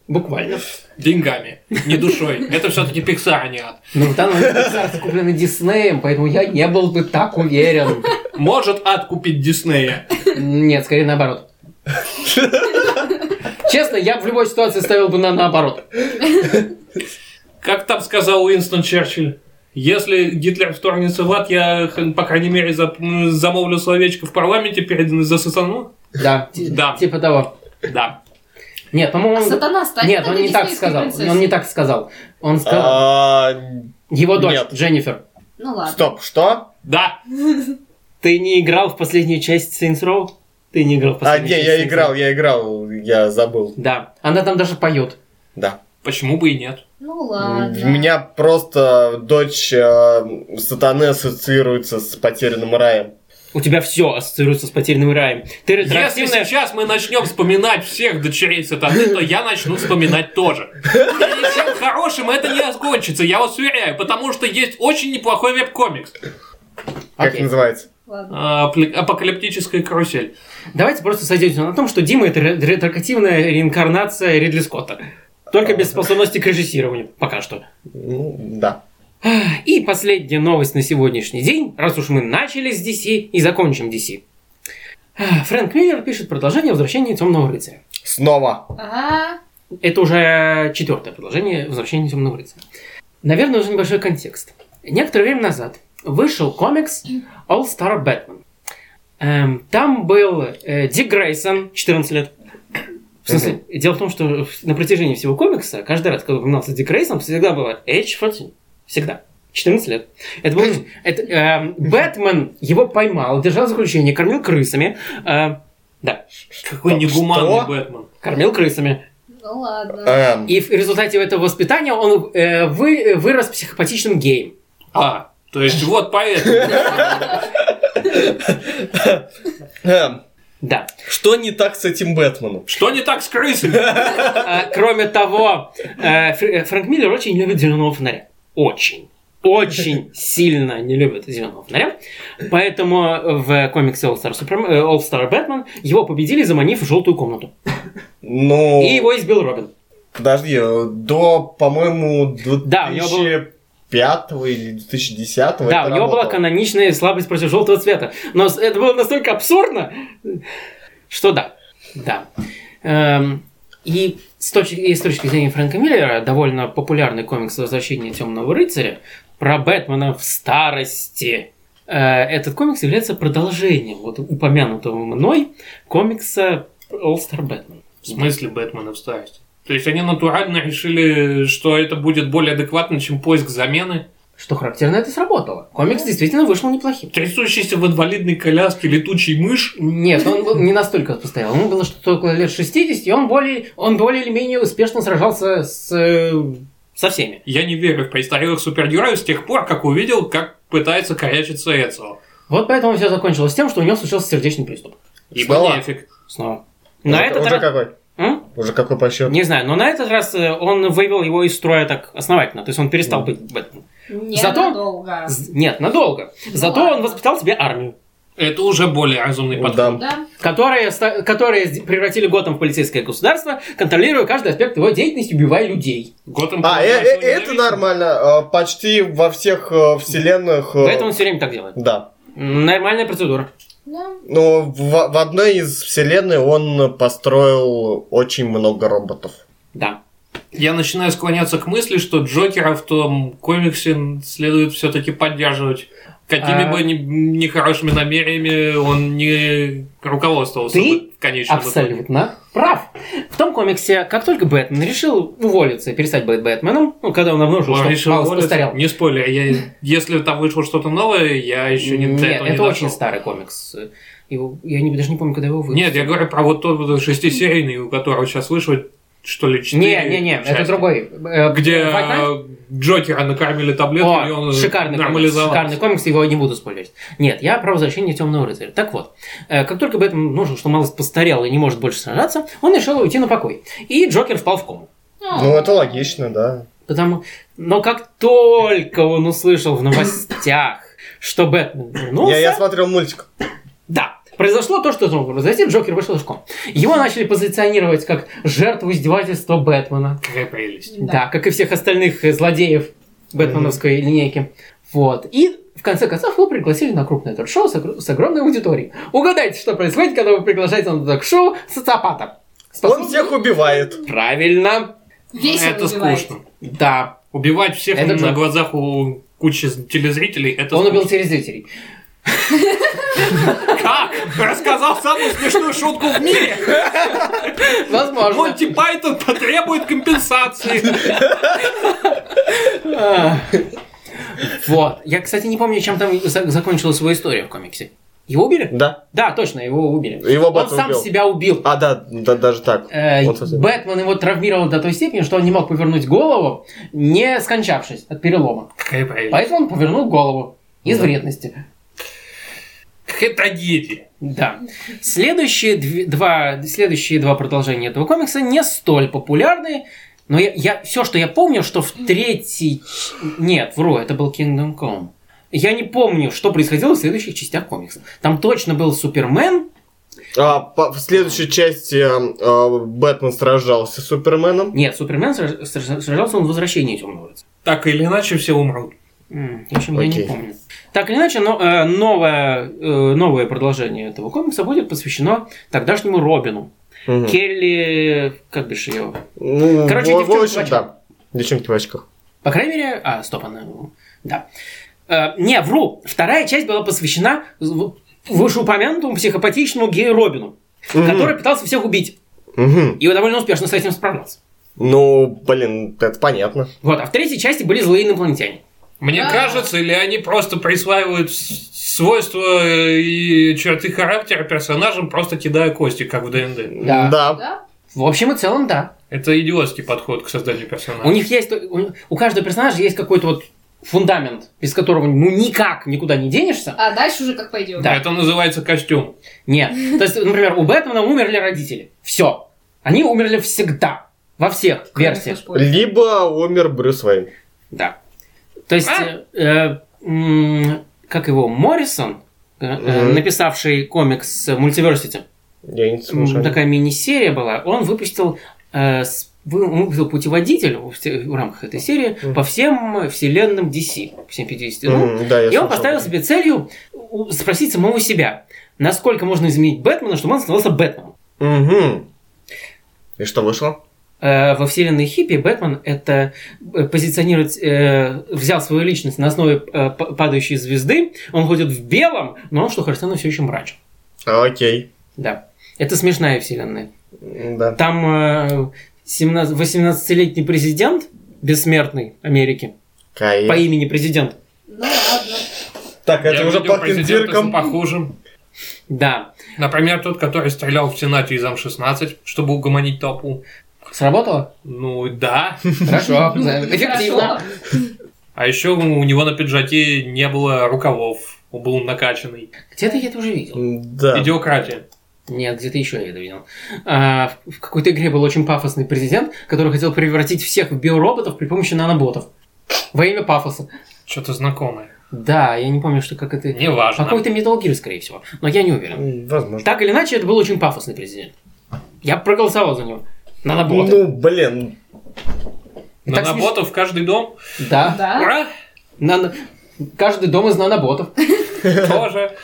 Speaker 1: Буквально.
Speaker 3: Деньгами. Не душой. Это все-таки Pixar, а не ад.
Speaker 1: Но в данном момент Pixar куплены Диснеем, поэтому я не был бы так уверен.
Speaker 3: Может ад купить Диснея.
Speaker 1: Нет, скорее наоборот. Честно, я бы в любой ситуации ставил бы на наоборот.
Speaker 3: Как там сказал Уинстон Черчилль? Если Гитлер вторгнется в ад, я, х- по крайней мере, зап- м, замолвлю словечко в парламенте перед засосану.
Speaker 1: Да. ти-
Speaker 3: Да.
Speaker 1: Типа того.
Speaker 3: Да.
Speaker 1: Нет, по-моему,
Speaker 4: А
Speaker 1: он...
Speaker 4: сатана станет
Speaker 1: Нет, он
Speaker 4: этой
Speaker 1: не так
Speaker 4: диснеевской
Speaker 1: сказал.
Speaker 4: принцессой?
Speaker 1: Он не так сказал. Он сказал.
Speaker 2: А,
Speaker 1: Его дочь,
Speaker 2: нет.
Speaker 1: Дженнифер.
Speaker 4: Ну ладно.
Speaker 2: Стоп, что? А,
Speaker 3: Да.
Speaker 1: Ты не играл в последнюю часть Saints Row? Ты не играл в
Speaker 2: А,
Speaker 1: последнюю
Speaker 2: не,
Speaker 1: часть
Speaker 2: я
Speaker 1: Saints
Speaker 2: играл,
Speaker 1: Row?
Speaker 2: я играл, я забыл.
Speaker 1: Да. Она там даже поет.
Speaker 2: Да.
Speaker 3: Почему бы и нет?
Speaker 4: Ну
Speaker 2: У
Speaker 4: ладно.
Speaker 2: меня просто дочь э, сатаны ассоциируется с потерянным раем.
Speaker 1: У тебя все ассоциируется с потерянным раем. Ты
Speaker 3: Если
Speaker 1: ретроактивная...
Speaker 3: сейчас мы начнем вспоминать всех дочерей сатаны, то я начну вспоминать тоже. И ничем хорошим это не закончится, я вас уверяю, потому что есть очень неплохой веб-комикс.
Speaker 2: Как
Speaker 1: Окей.
Speaker 2: называется?
Speaker 4: Ладно.
Speaker 3: А, апли- Апокалиптическая карусель.
Speaker 1: Давайте просто сойдемся на том, что Дима это ре- ретроактивная реинкарнация Ридли Скотта.
Speaker 2: А.
Speaker 1: Только без способности к режиссированию пока что.
Speaker 2: Ну, да.
Speaker 1: И последняя новость на сегодняшний день, раз уж мы начали с DC и закончим DC. А, Фрэнк Миллер пишет продолжение возвращения Темного Рыцаря.
Speaker 2: Снова.
Speaker 4: Ага.
Speaker 1: Это уже четвертое продолжение «Возвращение темного рыцаря». Наверное, нужен небольшой контекст. Некоторое время назад вышел комикс All Star Batman. Эм, там был э, Дик Грейсон, 14 лет. В смысле, дело в том, что в- на протяжении всего комикса, каждый раз, когда упоминался Дик Грейсон, всегда было Age 14. Всегда. 14 лет. Это был... это, эм, Бэтмен его поймал, держал в заключении, кормил крысами. э, да,
Speaker 3: Какой
Speaker 2: Так,
Speaker 3: негуманный
Speaker 2: что?
Speaker 3: Бэтмен.
Speaker 1: кормил крысами.
Speaker 4: Ну ладно.
Speaker 2: Эм,
Speaker 1: И в результате этого воспитания он э, вы, вырос психопатичным геем.
Speaker 3: А, то есть вот поэтому.
Speaker 2: эм.
Speaker 1: Да.
Speaker 2: Что не так с этим Бэтменом?
Speaker 3: Что не так с крысами?
Speaker 1: А, кроме того, э, Фр- э, Фрэнк Миллер очень любит зеленого фонаря. Очень. Очень сильно не любит зеленого фонаря. Поэтому в комиксе All Star, Superman, э, All Star Batman его победили, заманив в желтую комнату.
Speaker 2: Ну,
Speaker 1: И его избил Робин.
Speaker 2: подожди, э, до, по-моему,
Speaker 1: Да, у него был-
Speaker 2: 2005 или 2010
Speaker 1: да, у него была
Speaker 2: канал.
Speaker 1: каноничная слабость против желтого цвета. Но с- это было настолько абсурдно, что да. Да. Эм, и с точки, и с точки зрения Фрэнка Миллера, довольно популярный комикс «Возвращение темного рыцаря» про Бэтмена в старости. Э, этот комикс является продолжением вот упомянутого мной комикса All Star Batman.
Speaker 3: В смысле Бэтмена в старости? То есть они натурально решили, что это будет более адекватно, чем поиск замены.
Speaker 1: Что характерно, это сработало. Комикс действительно вышел неплохим.
Speaker 3: Трясущийся в инвалидной коляске летучий мышь.
Speaker 1: Нет, он был не настолько постоял. Ему было что-то около лет 60, и он более, он более или менее успешно сражался с, э, со всеми.
Speaker 3: Я не верю в престарелых супергероев с тех пор, как увидел, как пытается корячиться Эцио.
Speaker 1: Вот поэтому все закончилось тем, что у него случился сердечный приступ.
Speaker 2: Снова?
Speaker 3: Ибо нефиг.
Speaker 1: Снова. На
Speaker 2: уже,
Speaker 1: этот
Speaker 2: а уже
Speaker 1: раз...
Speaker 2: какой?
Speaker 1: М?
Speaker 2: Уже какой по счету?
Speaker 1: Не знаю, но на этот раз э, он вывел его из строя так основательно. То есть он перестал быть Бэтменом.
Speaker 4: Не
Speaker 1: Зато-
Speaker 4: долго.
Speaker 1: З- Нет, надолго. Зато он
Speaker 4: ладно.
Speaker 1: воспитал себе армию,
Speaker 3: Это уже более разумный
Speaker 2: Да.
Speaker 3: подход.
Speaker 4: Да?
Speaker 1: которые, ста- которые сд- превратили Готэм в полицейское государство, контролируя каждый аспект его деятельности, убивая людей.
Speaker 3: Готэм
Speaker 2: А, э-
Speaker 3: получается
Speaker 2: э- это
Speaker 3: ненавистен.
Speaker 2: нормально. э, Почти во всех э, вселенных... э,
Speaker 1: Поэтому он все время так делает.
Speaker 2: Да.
Speaker 1: Нормальная процедура.
Speaker 4: Да.
Speaker 2: Ну, в, в одной из вселенной он построил очень много роботов.
Speaker 1: Да.
Speaker 3: Я начинаю склоняться к мысли, что Джокера в том комиксе следует все-таки поддерживать. Какими
Speaker 1: А.
Speaker 3: бы ни- нехорошими намерениями он не руководствовался
Speaker 1: Ты
Speaker 3: бы в конечном итоге.
Speaker 1: Абсолютно прав. В том комиксе, как только Бэтмен решил уволиться и перестать быть Бэтменом, ну, когда он обнаружил,
Speaker 3: Он
Speaker 1: что
Speaker 3: решил
Speaker 1: Маус
Speaker 3: уволиться.
Speaker 1: постарел.
Speaker 3: Не спойлер, я, если там вышло что-то новое, я еще не до
Speaker 1: Нет,
Speaker 3: этого не
Speaker 1: это очень
Speaker 3: дошел.
Speaker 1: старый комикс. Его- я не, даже не помню, когда его выпустили.
Speaker 3: Нет, я говорю про вот тот вот шестисерийный, у которого сейчас вышло, что ли,
Speaker 1: Не,
Speaker 3: четыре
Speaker 1: не, не, это
Speaker 3: части,
Speaker 1: другой. Э,
Speaker 3: Где
Speaker 1: White Knight?
Speaker 3: э, Джокера накормили таблетками, и
Speaker 1: О,
Speaker 3: он
Speaker 1: шикарный комикс,
Speaker 3: нормализовался.
Speaker 1: шикарный комикс, его не буду спойлерить. Нет, я про возвращение Темного Рыцаря. Так вот, э, как только Бэтмен нужен, что малость постарел и не может больше сражаться, он решил уйти на покой. И Джокер впал в кому. А.
Speaker 2: Ну, это логично, да.
Speaker 1: Потому... Но как только он услышал в новостях, что Бэтмен вернулся...
Speaker 2: я, я смотрел мультик.
Speaker 1: Да, произошло то, что должно было произойти. Джокер вышел из ком. Его начали позиционировать как жертву издевательства Бэтмена.
Speaker 3: Какая прелесть.
Speaker 1: Да, как и всех остальных э, злодеев бэтменовской линейки. Вот. И в конце концов его пригласили на крупное ток-шоу с, огр- с огромной аудиторией. Угадайте, что происходит, когда вы приглашаете на ток-шоу социопата.
Speaker 2: Он
Speaker 1: Способ-
Speaker 2: всех убивает.
Speaker 1: Правильно.
Speaker 4: Весело
Speaker 3: это
Speaker 4: убивает.
Speaker 3: скучно.
Speaker 1: Да.
Speaker 3: Убивать всех
Speaker 1: Это
Speaker 3: на
Speaker 1: да.
Speaker 3: глазах у кучи телезрителей, это
Speaker 1: Он
Speaker 3: скучно.
Speaker 1: убил телезрителей.
Speaker 3: Как? Рассказал самую смешную шутку в мире.
Speaker 1: Возможно.
Speaker 3: Монти Пайтон потребует компенсации.
Speaker 1: А. Вот. Я, кстати, не помню, чем там за- закончилась его история в комиксе. Его убили?
Speaker 2: Да.
Speaker 1: Да, точно, его убили.
Speaker 2: Его
Speaker 1: Он
Speaker 2: Бэтмен
Speaker 1: сам
Speaker 2: убил.
Speaker 1: себя убил.
Speaker 2: А, да, да, даже так.
Speaker 1: Э,
Speaker 2: Он совсем-
Speaker 1: Бэтмен его травмировал до той степени, что он не мог повернуть голову, не скончавшись от перелома.
Speaker 3: Какая прелесть.
Speaker 1: Поэтому он повернул голову из
Speaker 2: Да.
Speaker 1: вредности.
Speaker 3: Какая трагедия.
Speaker 1: Да. Следующие две- два, следующие два продолжения этого комикса не столь популярны, но я, все, что я помню, что в третий... ч- Нет, вру, это был Kingdom Come. Я не помню, что происходило в следующих частях комиксов. Там точно был Супермен,
Speaker 2: А, по- в следующей части э, э, Бэтмен сражался с Суперменом.
Speaker 1: Нет, Супермен сраж- сраж- сражался он в возвращении темного рыцаря.
Speaker 3: Так или иначе все умрут.
Speaker 1: М, В общем, я не
Speaker 2: Окей.
Speaker 1: помню. Так или иначе, но, э, новое, э, новое продолжение этого комикса будет посвящено тогдашнему Робину.
Speaker 2: Мгм.
Speaker 1: Келли, как бишь ее?
Speaker 2: Ну,
Speaker 1: Короче,
Speaker 2: в- в
Speaker 1: девчонки в
Speaker 2: общем, да. Девчонки в очках.
Speaker 1: По крайней мере, а, стоп, она, да. Э, не, вру, вторая часть была посвящена в- вышеупомянутому психопатичному гею Робину,
Speaker 2: Мгм.
Speaker 1: который пытался всех убить.
Speaker 2: Мгм.
Speaker 1: И довольно успешно с этим справлялся.
Speaker 2: Ну, блин, это понятно.
Speaker 1: Вот, а в третьей части были злые инопланетяне.
Speaker 3: Мне
Speaker 4: Да.
Speaker 3: кажется, или они просто присваивают с- свойства э, и черты характера персонажам, просто кидая кости, как в ДНД.
Speaker 1: Да.
Speaker 2: Да.
Speaker 4: Да?
Speaker 1: В общем и целом, да.
Speaker 3: Это идиотский подход к созданию персонажа.
Speaker 1: У них есть, у, у каждого персонажа есть какой-то вот фундамент, без которого ну никак никуда не денешься.
Speaker 4: А дальше уже как пойдем.
Speaker 1: Да.
Speaker 3: Это называется костюм.
Speaker 1: Нет. То есть, например, у Бэтмена умерли родители. Все. Они умерли всегда. Во всех версиях.
Speaker 2: Либо умер Брюс Уэйн.
Speaker 1: Да. То есть,
Speaker 3: А?
Speaker 1: э, э, м, как его, Моррисон, э, э,
Speaker 2: Мгм.
Speaker 1: написавший комикс «Мультиверсити»,
Speaker 2: Я не
Speaker 1: м,
Speaker 2: слушаю.
Speaker 1: такая мини-серия была, он выпустил, э, с- вы- он выпустил путеводитель в, те- в рамках этой серии
Speaker 2: Мгм.
Speaker 1: по всем вселенным DC, всем 50. ну,
Speaker 2: Мгм, да, я
Speaker 1: И он
Speaker 2: слушал.
Speaker 1: поставил себе целью у- спросить самого себя, насколько можно изменить Бэтмена, чтобы он становился Бэтменом.
Speaker 2: Мгм. И что вышло?
Speaker 1: Э, Во вселенной хиппи Бэтмен это э, позиционирует, э, взял свою личность на основе э, п- падающей звезды, он ходит в белом, но он, что характерно, все еще мрачен.
Speaker 2: Окей.
Speaker 1: Да. Это смешная вселенная.
Speaker 2: М, Да.
Speaker 1: Там э, 17 18-летний президент, бессмертный Америки,
Speaker 2: Кайф.
Speaker 1: по имени президент,
Speaker 4: Ну ладно.
Speaker 2: Так, это
Speaker 3: Я
Speaker 2: уже
Speaker 3: видел
Speaker 2: по
Speaker 3: президента
Speaker 2: кентиркам.
Speaker 3: с похуже.
Speaker 1: да,
Speaker 3: Например, тот, который стрелял в Сенате из М-16, чтобы угомонить толпу.
Speaker 1: сработало?
Speaker 3: Ну да.
Speaker 1: Ну, Хорошо,
Speaker 4: Хорошо.
Speaker 1: эффективно.
Speaker 3: А еще у него на пиджаке не было рукавов. Он был накачанный.
Speaker 1: Где-то я это уже видел.
Speaker 2: М, Да.
Speaker 3: Идиократия.
Speaker 1: Нет, где-то еще я это видел. А, в- в какой-то игре был очень пафосный президент, который хотел превратить всех в биороботов при помощи наноботов. Во имя пафоса.
Speaker 3: Что-то знакомое.
Speaker 1: Да, я не помню, что как это...
Speaker 3: Неважно.
Speaker 1: Какой-то Metal Gear, скорее всего. Но я не уверен.
Speaker 2: М, Возможно.
Speaker 1: Так или иначе, это был очень пафосный президент. Я проголосовал за него. Наноботы.
Speaker 2: Ну, блин.
Speaker 1: И так А?
Speaker 3: Наноботов в каждый дом.
Speaker 1: Да.
Speaker 4: Да?
Speaker 3: Ура!
Speaker 1: Нано- Каждый дом из наноботов.
Speaker 3: Тоже.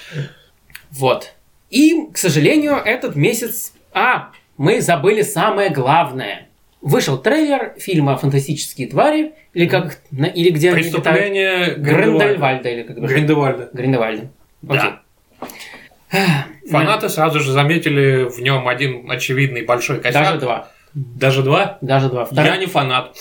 Speaker 1: Вот. И, к сожалению, этот месяц... А, мы забыли самое главное. Вышел трейлер фильма «Фантастические твари», или как их на- или где они летают?
Speaker 3: Преступление Гриндевальда.
Speaker 1: Гриндевальда, или как это?
Speaker 3: Гриндевальда.
Speaker 1: Гриндевальда. Окей.
Speaker 3: Да. Фанаты сразу же заметили в нем один очевидный большой косяк.
Speaker 1: Даже два.
Speaker 3: Даже два?
Speaker 1: Даже два. Второй-
Speaker 3: Я не фанат.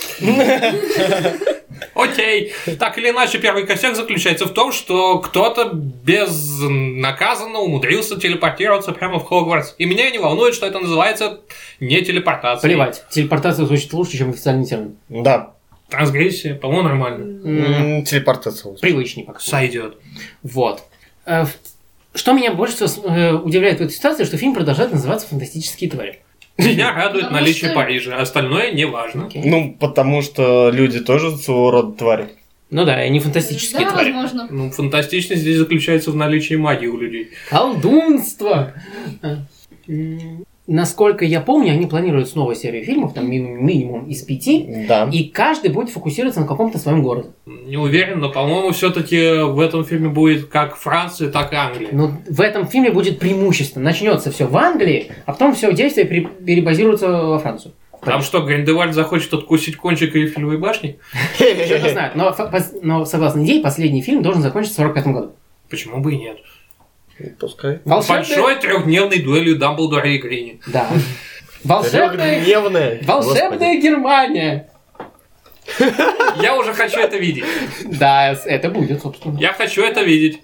Speaker 3: Окей. Так или иначе, первый косяк заключается в том, что кто-то безнаказанно умудрился телепортироваться прямо в Хогвартс. И меня не волнует, что это называется не телепортацией.
Speaker 1: Плевать. Телепортация звучит лучше, чем официальный термин.
Speaker 2: Да.
Speaker 3: Трансгрессия, по-моему, нормально.
Speaker 1: М,
Speaker 2: М, Телепортация.
Speaker 1: Привычнее пока.
Speaker 3: Сойдет.
Speaker 1: Вот. Э, в- Что меня больше всего с- э, удивляет в этой ситуации, что фильм продолжает называться «Фантастические твари».
Speaker 3: Меня радует
Speaker 4: Потому
Speaker 3: наличие
Speaker 4: что-
Speaker 3: Парижа, остальное не важно.
Speaker 1: Окей.
Speaker 2: Ну, потому что люди тоже своего рода твари.
Speaker 1: Ну да, и не фантастические
Speaker 4: Да,
Speaker 1: твари.
Speaker 4: возможно.
Speaker 3: Ну, фантастичность здесь заключается в наличии магии у людей.
Speaker 1: Колдунство! М, Насколько я помню, они планируют снова серию фильмов, там ми- минимум из пяти,
Speaker 2: Да.
Speaker 1: и каждый будет фокусироваться на каком-то своем городе.
Speaker 3: Не уверен, но, по-моему, все-таки в этом фильме будет как Франция, так и Англия.
Speaker 1: Но в этом фильме будет преимущество. Начнется все в Англии, а потом все действие пере- перебазируется во Францию.
Speaker 3: Там что, Гриндевальд захочет откусить кончик Эйфелевой башни?
Speaker 1: Чёрт его знает. Но, фа- пос- но согласно идее, последний фильм должен закончиться в 45 году.
Speaker 3: Почему бы и нет?
Speaker 2: Пускай.
Speaker 1: Волшебная-
Speaker 3: Большой трехдневной дуэлью Дамблдора и Грини.
Speaker 1: Да. Волшебная...
Speaker 2: Трехдневная.
Speaker 1: Волшебная Германия!
Speaker 3: Я уже хочу это видеть.
Speaker 1: Да, с- это будет, собственно.
Speaker 3: Я хочу это видеть.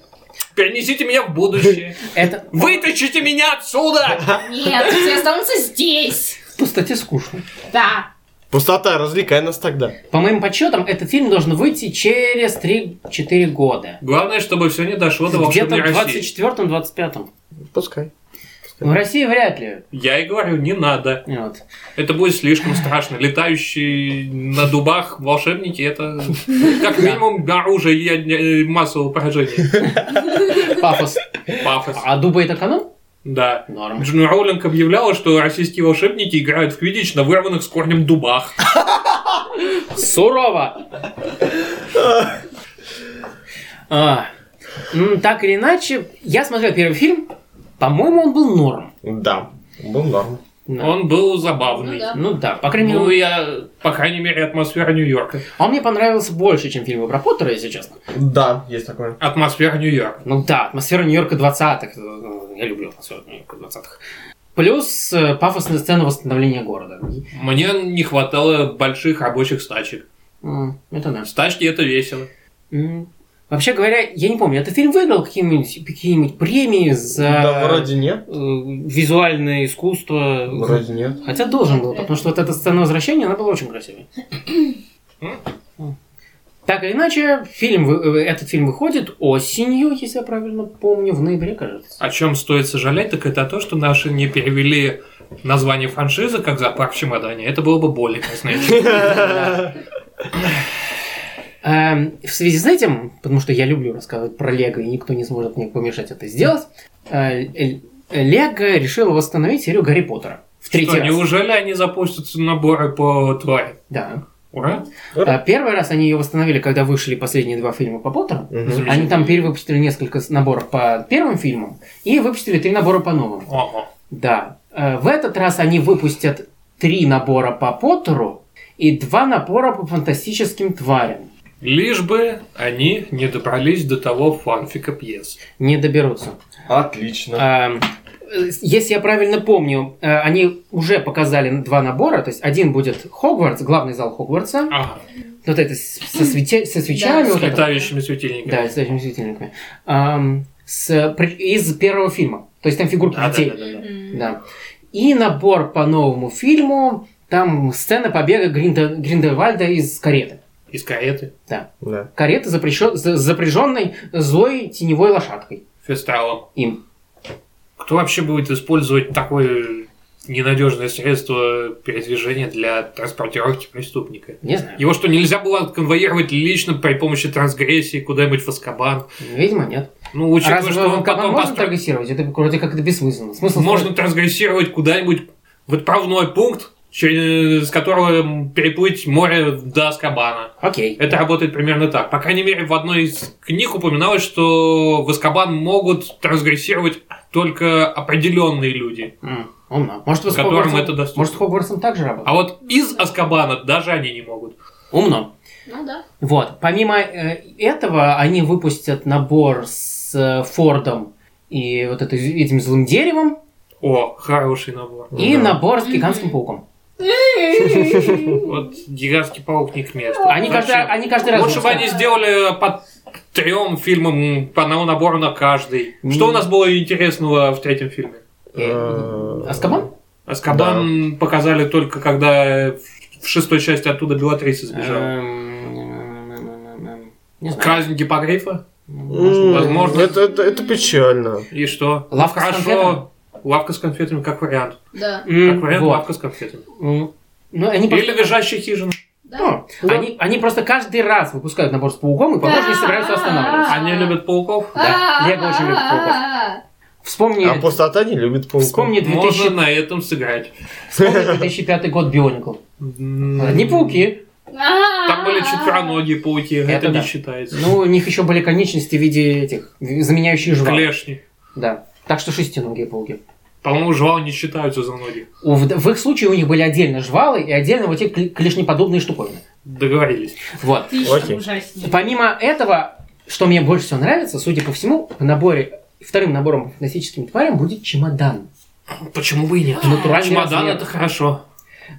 Speaker 3: Перенесите меня в будущее.
Speaker 1: Это
Speaker 3: Вытащите меня отсюда!
Speaker 4: Нет, все останутся здесь.
Speaker 1: в пустоте ну, скучно.
Speaker 4: Да.
Speaker 2: Господи. Пустота, развлекай нас тогда.
Speaker 1: По моим подсчетам, этот фильм должен выйти через 3-4 года.
Speaker 3: Главное, чтобы все не дошло до
Speaker 1: Где-то
Speaker 3: волшебной
Speaker 1: в
Speaker 3: России.
Speaker 1: 24-25.
Speaker 2: Пускай.
Speaker 1: В России вряд ли.
Speaker 3: Я и говорю, не надо.
Speaker 1: Вот.
Speaker 3: Это будет слишком страшно. Летающие на дубах волшебники это как минимум оружие я- я- массового поражения.
Speaker 1: Пафос.
Speaker 3: Пафос.
Speaker 1: А дуба это канон?
Speaker 3: Да.
Speaker 1: Норм.
Speaker 3: Джон Роулинг объявляла, что российские волшебники играют в квиддич на вырванных с корнем дубах.
Speaker 1: Сурово. А, м, так или иначе, я смотрел первый фильм. По-моему, он был норм.
Speaker 2: Да, был норм.
Speaker 1: Да.
Speaker 3: Он был забавный.
Speaker 4: Ну да.
Speaker 1: Ну да, по крайней мере,
Speaker 3: Ну, я, по крайней мере, атмосфера Нью-Йорка.
Speaker 1: он мне понравился больше, чем фильмы про Поттера, если честно.
Speaker 2: Да, есть такое.
Speaker 3: Атмосфера Нью-Йорка.
Speaker 1: Ну да, атмосфера Нью-Йорка 20-х. э, Я люблю атмосферу Нью-Йорка 20-х. Плюс э, пафосная сцена восстановления города.
Speaker 3: Мне не хватало больших рабочих стачек.
Speaker 1: М, Это наш.
Speaker 3: Стачки это весело.
Speaker 1: М, Вообще говоря, я не помню, этот фильм выиграл какие-нибудь, какие-нибудь премии за
Speaker 2: Да, вроде нет.
Speaker 1: э, визуальное искусство?
Speaker 2: Вроде нет.
Speaker 1: Хотя должен был, потому что вот эта сцена возвращения, она была очень красивой. Так или иначе, фильм, вы- э, этот фильм выходит осенью, если я правильно помню, в ноябре, кажется.
Speaker 3: О чем стоит сожалеть, так это то, что наши не перевели название франшизы как «Зоопарк в чемодане». Это было бы более знаете.
Speaker 1: Эм, В связи с этим, потому что я люблю рассказывать про Лего, и никто не сможет мне помешать это сделать, э, э, Лего решила восстановить серию Гарри Поттера. В третий
Speaker 3: Что,
Speaker 1: раз.
Speaker 3: неужели они запустят наборы по твари?
Speaker 1: Да.
Speaker 3: Ура!
Speaker 1: А Первый раз они ее восстановили, когда вышли последние два фильма по Поттеру.
Speaker 2: Мгм.
Speaker 1: Они там перевыпустили несколько с- наборов по первым фильмам и выпустили три набора по новым.
Speaker 3: Ого.
Speaker 1: Да. Э, В этот раз они выпустят три набора по Поттеру и два набора по фантастическим тварям.
Speaker 3: Лишь бы они не добрались до того фанфика пьес.
Speaker 1: Не доберутся.
Speaker 2: Отлично.
Speaker 1: Эм, э, Если я правильно помню, э, они уже показали два набора. То есть один будет Хогвартс, главный зал Хогвартса.
Speaker 3: Ага,
Speaker 1: Вот это с- со, свеча- со свечами.
Speaker 4: Да,
Speaker 3: с
Speaker 1: вот это.
Speaker 3: летающими светильниками.
Speaker 1: Да, с этими светильниками. Ам, с, при- из первого фильма. То есть там фигурки
Speaker 3: Да, да,
Speaker 1: детей.
Speaker 3: да, да, да.
Speaker 4: Мгм.
Speaker 1: Да. И набор по новому фильму. Там сцена побега Гринда, Гриндевальда из кареты.
Speaker 3: Из кареты.
Speaker 2: Да.
Speaker 1: Карета, запрещен- за- запряженной злой теневой лошадкой.
Speaker 3: Фестралом.
Speaker 1: Им.
Speaker 3: Кто вообще будет использовать такое ненадежное средство передвижения для транспортировки преступника?
Speaker 1: Не знаю.
Speaker 3: Его что, нельзя было конвоировать лично при помощи трансгрессии куда-нибудь в Аскабан?
Speaker 1: Видимо, нет.
Speaker 3: Ну,
Speaker 1: А
Speaker 3: учитывая,
Speaker 1: разве
Speaker 3: что он
Speaker 1: Ванкаман
Speaker 3: потом
Speaker 1: можно
Speaker 3: постро-
Speaker 1: прогрессировать? Это вроде как это бессмысленно. Смысл
Speaker 3: Можно трансгрессировать куда-нибудь в отправной пункт, через которого переплыть море до Аскабана.
Speaker 1: Окей.
Speaker 3: Это работает примерно так. По крайней мере, в одной из книг упоминалось, что в Аскабан могут трансгрессировать только определенные люди.
Speaker 1: М, умно. Может, вы с
Speaker 3: Которым
Speaker 1: Хогвартсом-
Speaker 3: это доступно.
Speaker 1: Может, с Хогвартсом так же
Speaker 3: А
Speaker 1: работает?
Speaker 3: вот из Аскабана даже они не могут.
Speaker 1: Умно.
Speaker 4: Ну да.
Speaker 1: Вот. Помимо э, этого, они выпустят набор с э, Фордом и вот это- этим злым деревом,
Speaker 3: О, хороший набор.
Speaker 1: и
Speaker 2: Да.
Speaker 1: набор с гигантским
Speaker 4: Мгм.
Speaker 1: пауком.
Speaker 3: Вот гигантский паук не к месту.
Speaker 1: Они
Speaker 3: Вообще.
Speaker 1: каждый, они каждый раз...
Speaker 3: Лучше бы они сделали по трем фильмам по одному набору на каждый.
Speaker 1: Не.
Speaker 3: Что у нас было интересного в третьем фильме?
Speaker 2: Э,
Speaker 1: Аскабан?
Speaker 3: Аскабан показали только когда в шестой части оттуда Белатриса сбежала.
Speaker 1: Эм, Не знаю.
Speaker 3: Казнь гипогрифа?
Speaker 2: м,
Speaker 3: Возможно.
Speaker 2: Это, это, это печально.
Speaker 3: И что?
Speaker 1: Лавка с конфетами?
Speaker 3: Хорошо. Лавка с конфетами как вариант.
Speaker 4: Да.
Speaker 1: М,
Speaker 3: Как вариант,
Speaker 1: вот.
Speaker 3: лавка с конфетами.
Speaker 1: М, Ну, они просто...
Speaker 3: Или лежащая хижина.
Speaker 4: Да.
Speaker 1: Ну, Они, они просто каждый раз выпускают набор с пауком и, похоже, не собираются останавливаться.
Speaker 4: А.
Speaker 3: Они любят пауков.
Speaker 1: А, Да, Лего очень любит пауков.
Speaker 4: А-а-а.
Speaker 1: Вспомни,
Speaker 2: А пустота не любит пауков.
Speaker 1: вспомни, 2000
Speaker 3: Можно на этом сыграть.
Speaker 1: вспомни 2005 год Бионикл. Одни
Speaker 3: Не
Speaker 1: А, пауки.
Speaker 4: А-а-а.
Speaker 3: Там были четвероногие пауки, это,
Speaker 1: Это
Speaker 3: не
Speaker 1: да.
Speaker 3: считается.
Speaker 1: Ну, у них еще были конечности в виде этих, заменяющих жвал.
Speaker 3: Клешни.
Speaker 1: Да. Так что шестиногие пауки.
Speaker 3: По-моему, жвалы не считаются за ноги.
Speaker 1: У- В, в их случае у них были отдельно жвалы и отдельно вот эти кли- клешнеподобные штуковины.
Speaker 3: Договорились.
Speaker 1: Вот.
Speaker 4: Ты еще
Speaker 2: Окей.
Speaker 4: ужаснее.
Speaker 1: Помимо этого, что мне больше всего нравится, судя по всему, в наборе, вторым набором по фантастическим тварям будет чемодан.
Speaker 3: Почему бы и нет?
Speaker 1: Натуральный
Speaker 3: А, Чемодан
Speaker 1: размер.
Speaker 3: это хорошо.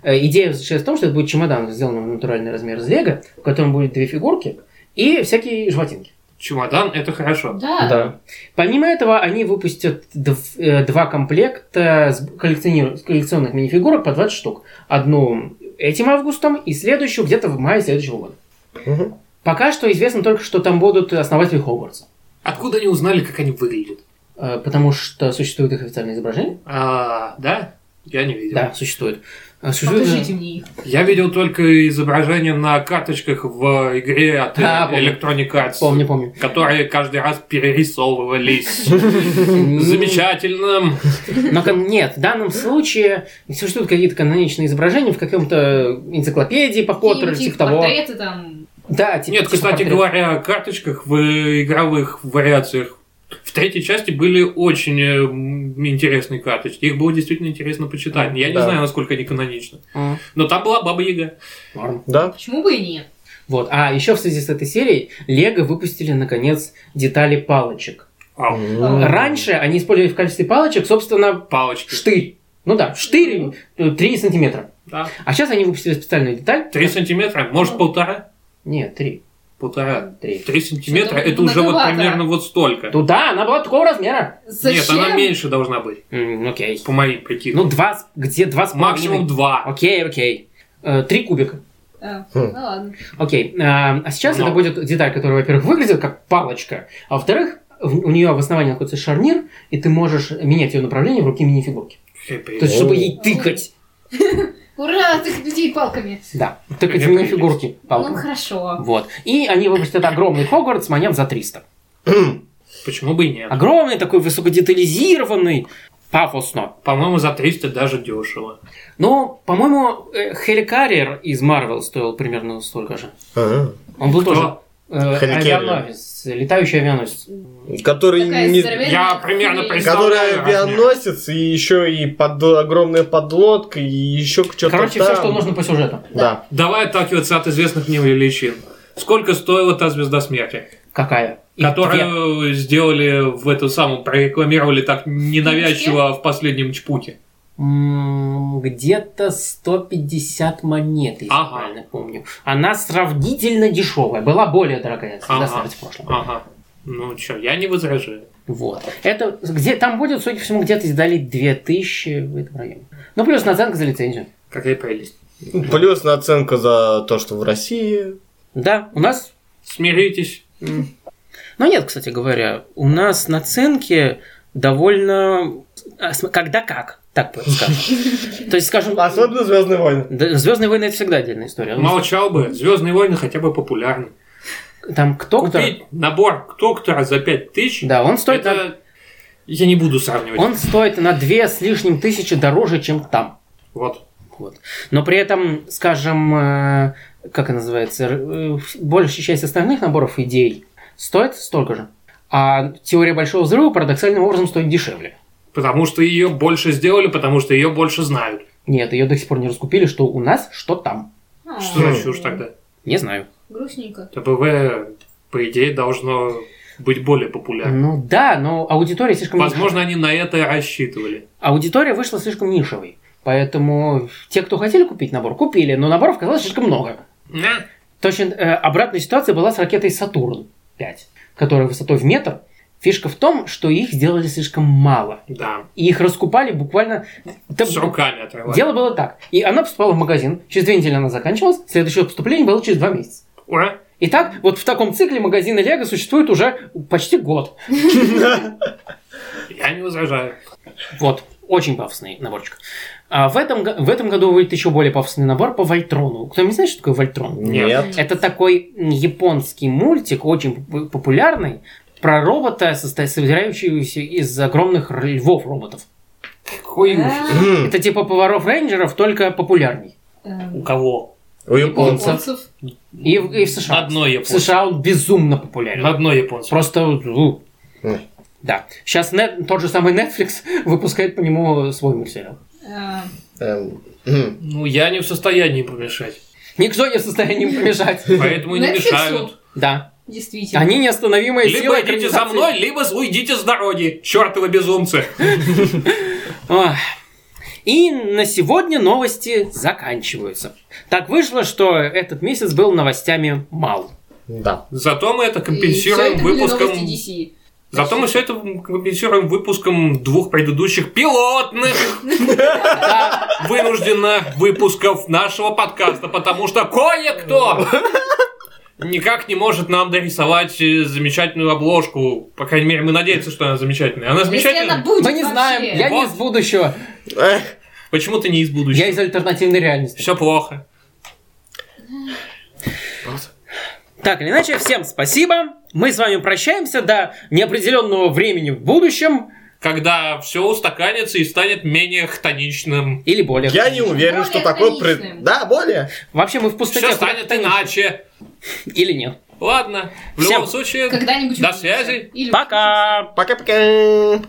Speaker 1: Э, Идея заключается в том, что это будет чемодан, сделанный в натуральный размер из лего, в котором будет две фигурки и всякие жватинки.
Speaker 3: Чемодан это хорошо.
Speaker 4: Да.
Speaker 1: Помимо этого, они выпустят дв- э, два комплекта с коллекционер- с коллекционных минифигурок по 20 штук. Одну этим августом и следующую где-то в мае следующего года.
Speaker 2: Мгм.
Speaker 1: Пока что известно только, что там будут основатели Хогвартса.
Speaker 3: Откуда они узнали, как они выглядят?
Speaker 1: Э, Потому что существует их официальное изображение.
Speaker 3: А, да? Я не видел.
Speaker 1: Да, существует. Э, существует-
Speaker 4: Покажите мне их.
Speaker 3: Я видел только изображение на карточках в игре от э,
Speaker 1: А, помню.
Speaker 3: Electronic Arts.
Speaker 1: Помню, помню.
Speaker 3: Которые каждый раз перерисовывались.
Speaker 1: Замечательно.
Speaker 3: Замечательно.
Speaker 1: Типа, Но кон- нет, в данном случае существуют какие-то каноничные изображения в каком-то энциклопедии по Поттеру или
Speaker 4: Какие-нибудь
Speaker 1: типа того.
Speaker 4: Портреты там.
Speaker 1: Да, типа-
Speaker 3: Нет,
Speaker 1: типа
Speaker 3: кстати
Speaker 1: портрет.
Speaker 3: говоря, о карточках в игровых вариациях. В третьей части были очень э, м, интересные карточки. Их было действительно интересно почитать. Я не
Speaker 2: Да.
Speaker 3: знаю, насколько они каноничны.
Speaker 1: М,
Speaker 3: Но там была Баба Яга.
Speaker 1: норм.
Speaker 2: Да?
Speaker 4: Почему бы и нет?
Speaker 1: Вот. А еще в связи с этой серией Лего выпустили наконец детали палочек.
Speaker 3: А,
Speaker 1: Раньше они использовали в качестве палочек, собственно,
Speaker 3: палочки.
Speaker 1: штырь. Ну да, штырь 3 сантиметра.
Speaker 3: Да.
Speaker 1: А сейчас они выпустили специальную деталь.
Speaker 3: Три сантиметра, может полтора?
Speaker 1: Нет, 3.
Speaker 3: Полтора.
Speaker 1: 3.
Speaker 3: Три сантиметра
Speaker 4: Что-то
Speaker 3: это уже вот
Speaker 4: многовато.
Speaker 3: примерно вот столько.
Speaker 1: Туда она была такого размера.
Speaker 3: Нет,
Speaker 4: Зачем?
Speaker 3: она меньше должна быть,
Speaker 1: М, окей.
Speaker 3: по моим прикидкам.
Speaker 1: Ну, два, с- где два с
Speaker 3: Максимум
Speaker 1: половиной.
Speaker 3: два.
Speaker 1: Окей, окей. Э, Три кубика.
Speaker 4: А,
Speaker 2: Хм.
Speaker 4: ну ладно.
Speaker 1: Окей. А а сейчас
Speaker 3: Но.
Speaker 1: это будет деталь, которая, во-первых, выглядит как палочка, а во-вторых, в- у нее в основании находится шарнир, и ты можешь менять ее направление в руке мини-фигурки. То есть,
Speaker 3: Хэппи.
Speaker 2: О.
Speaker 1: чтобы ей тыкать.
Speaker 4: Ура, ты людей палками.
Speaker 1: Да, тыкать
Speaker 3: Это
Speaker 1: в мини-фигурки.
Speaker 4: Ну
Speaker 1: палкой.
Speaker 4: хорошо.
Speaker 1: Вот. И они выпустят огромный Хогвартс монет за 300.
Speaker 2: Хм.
Speaker 3: Почему бы и нет?
Speaker 1: Огромный такой высокодетализированный, пафосно.
Speaker 3: По-моему, за 300 даже дешево.
Speaker 1: Ну, по-моему, э, Хелли Карриер из Марвел стоил примерно столько же.
Speaker 2: Ага.
Speaker 1: Он был
Speaker 3: Кто?
Speaker 1: тоже э,
Speaker 2: Хелли Карриер.
Speaker 1: авианосец, летающий авианосец.
Speaker 2: Который
Speaker 4: Такая
Speaker 2: не-
Speaker 4: здоровенная
Speaker 3: Я примерно
Speaker 4: хуйня.
Speaker 3: представляю.
Speaker 2: Который
Speaker 3: размер.
Speaker 2: авианосец, и еще и под огромная подлодка, и еще что-то
Speaker 1: Короче, все, что нужно по сюжету.
Speaker 2: Да.
Speaker 3: Давай отталкиваться от известных мне величин. Сколько стоила та звезда смерти,
Speaker 1: Какая? И где?
Speaker 3: которую сделали в эту самую, прорекламировали так ненавязчиво в последнем чпуке?
Speaker 1: М, Где-то 150 монет, если
Speaker 3: Ага.
Speaker 1: правильно помню. Она сравнительно дешевая, была более дорогая, если
Speaker 3: Ага.
Speaker 1: сравнивать с прошлым.
Speaker 3: Ага. Ну чё, я не возражаю.
Speaker 1: Вот. Это где там будет, судя по всему, где-то издали 2000 в этом районе. Ну, плюс наценка за лицензию.
Speaker 3: Какая прелесть.
Speaker 2: Плюс наценка за то, что в России.
Speaker 1: Да, у нас
Speaker 3: Смиритесь.
Speaker 1: Ну нет, кстати говоря, у нас наценки довольно... а, см- Когда как, так будет скажем. То есть, скажем... а,
Speaker 2: Особенно Звездные войны.
Speaker 1: Звездные войны это всегда отдельная история.
Speaker 3: Молчал бы. Звездные войны хотя бы популярны.
Speaker 1: Там кто кто.
Speaker 3: Купить набор Кто-Кто за 5000
Speaker 1: Да, он стоит, на...
Speaker 3: это... Я не буду сравнивать.
Speaker 1: он стоит на две с лишним тысячи дороже, чем там.
Speaker 3: Вот.
Speaker 1: Вот. Но при этом, скажем, э, как это называется, р- э, большая часть остальных наборов идей стоит столько же. А теория большого взрыва парадоксальным образом стоит дешевле.
Speaker 3: Потому что ее больше сделали, потому что ее больше знают.
Speaker 1: Нет, ее до сих пор не раскупили, что у нас, что там.
Speaker 4: А,
Speaker 3: Что за чушь тогда?
Speaker 1: Не знаю.
Speaker 4: Грустненько.
Speaker 3: ТБВ, по идее, должно быть более популярным.
Speaker 1: Ну да, но аудитория слишком
Speaker 3: Возможно,
Speaker 1: нишевая.
Speaker 3: они на это рассчитывали.
Speaker 1: Аудитория вышла слишком нишевой. Поэтому те, кто хотели купить набор, купили, но наборов оказалось слишком много.
Speaker 3: На.
Speaker 1: Точно э, обратная ситуация была с ракетой Сатурн-5, которая высотой в метр. Фишка в том, что их сделали слишком мало.
Speaker 3: Да,
Speaker 1: И их раскупали буквально... Да,
Speaker 3: с руками отрывали.
Speaker 1: Дело было так. И она поступала в магазин, через две недели она заканчивалась, следующее поступление было через два месяца.
Speaker 3: Ура!
Speaker 1: Итак, вот в таком цикле магазины Лего существуют уже почти год.
Speaker 3: Я не возражаю.
Speaker 1: Вот, очень пафосный наборчик. А в, этом, г- в этом году выйдет еще более пафосный набор по Вольтрону. Кто не знает, что такое Вольтрон?
Speaker 2: Нет.
Speaker 4: Э,
Speaker 1: Это такой м, японский мультик, очень поп- популярный, про робота, состо- собирающегося из огромных р- львов роботов.
Speaker 3: Какой ужас.
Speaker 4: А,
Speaker 2: М,
Speaker 1: Это типа поваров рейнджеров, только популярней.
Speaker 3: У
Speaker 4: эм,
Speaker 3: кого?
Speaker 2: У японцев.
Speaker 4: Японцев.
Speaker 1: И, в- и в США.
Speaker 3: На дно
Speaker 1: В
Speaker 3: японцев.
Speaker 1: США он безумно
Speaker 3: На
Speaker 1: популярен.
Speaker 3: дно японцев.
Speaker 1: Просто... у.
Speaker 2: М.
Speaker 1: Да. Сейчас нет, тот же самый Netflix выпускает по нему свой мультсериал.
Speaker 4: А,
Speaker 2: Эм, м.
Speaker 3: Ну, я не в состоянии помешать.
Speaker 1: Никто не в состоянии им помешать.
Speaker 3: Поэтому и не
Speaker 4: Netflix'у?
Speaker 3: мешают.
Speaker 1: Да.
Speaker 4: Действительно.
Speaker 1: Они неостановимые
Speaker 3: Либо
Speaker 1: силы
Speaker 3: идите за
Speaker 1: экранизации.
Speaker 3: мной, либо уйдите с дороги, чертовы безумцы.
Speaker 1: Ах. И на сегодня новости заканчиваются. Так вышло, что этот месяц был новостями мал.
Speaker 2: Да.
Speaker 3: Зато мы это
Speaker 4: И
Speaker 3: компенсируем
Speaker 4: всё это были
Speaker 3: выпуском...
Speaker 4: новости DC.
Speaker 3: Зато мы все это компенсируем выпуском двух предыдущих пилотных
Speaker 1: Да,
Speaker 3: вынужденно выпусков нашего подкаста, потому что кое-кто никак не может нам дорисовать э, замечательную обложку. По крайней мере, мы надеемся, что она замечательная. Она
Speaker 4: Если она
Speaker 3: замечательная.
Speaker 4: будет
Speaker 1: Мы не знаем,
Speaker 4: вообще.
Speaker 1: я не
Speaker 3: Вот.
Speaker 1: из будущего,
Speaker 2: Эх,
Speaker 3: Почему-то не из будущего.
Speaker 1: я из альтернативной реальности.
Speaker 3: Все плохо.
Speaker 1: Так или иначе, всем спасибо. Мы с вами прощаемся до неопределенного времени в будущем
Speaker 3: Когда все устаканится и станет менее хтоничным.
Speaker 1: или более.
Speaker 2: я не уверен,
Speaker 4: Более
Speaker 2: что такой...
Speaker 4: хроничным.
Speaker 2: Пред... Да, более.
Speaker 1: Вообще мы в пустоте.
Speaker 3: Все станет иначе.
Speaker 1: Или нет.
Speaker 3: Ладно. В
Speaker 1: Всем
Speaker 3: любом случае.
Speaker 4: Когда-нибудь
Speaker 3: До
Speaker 4: увидимся.
Speaker 3: связи.
Speaker 4: Или
Speaker 1: Пока!
Speaker 2: Пока-пока.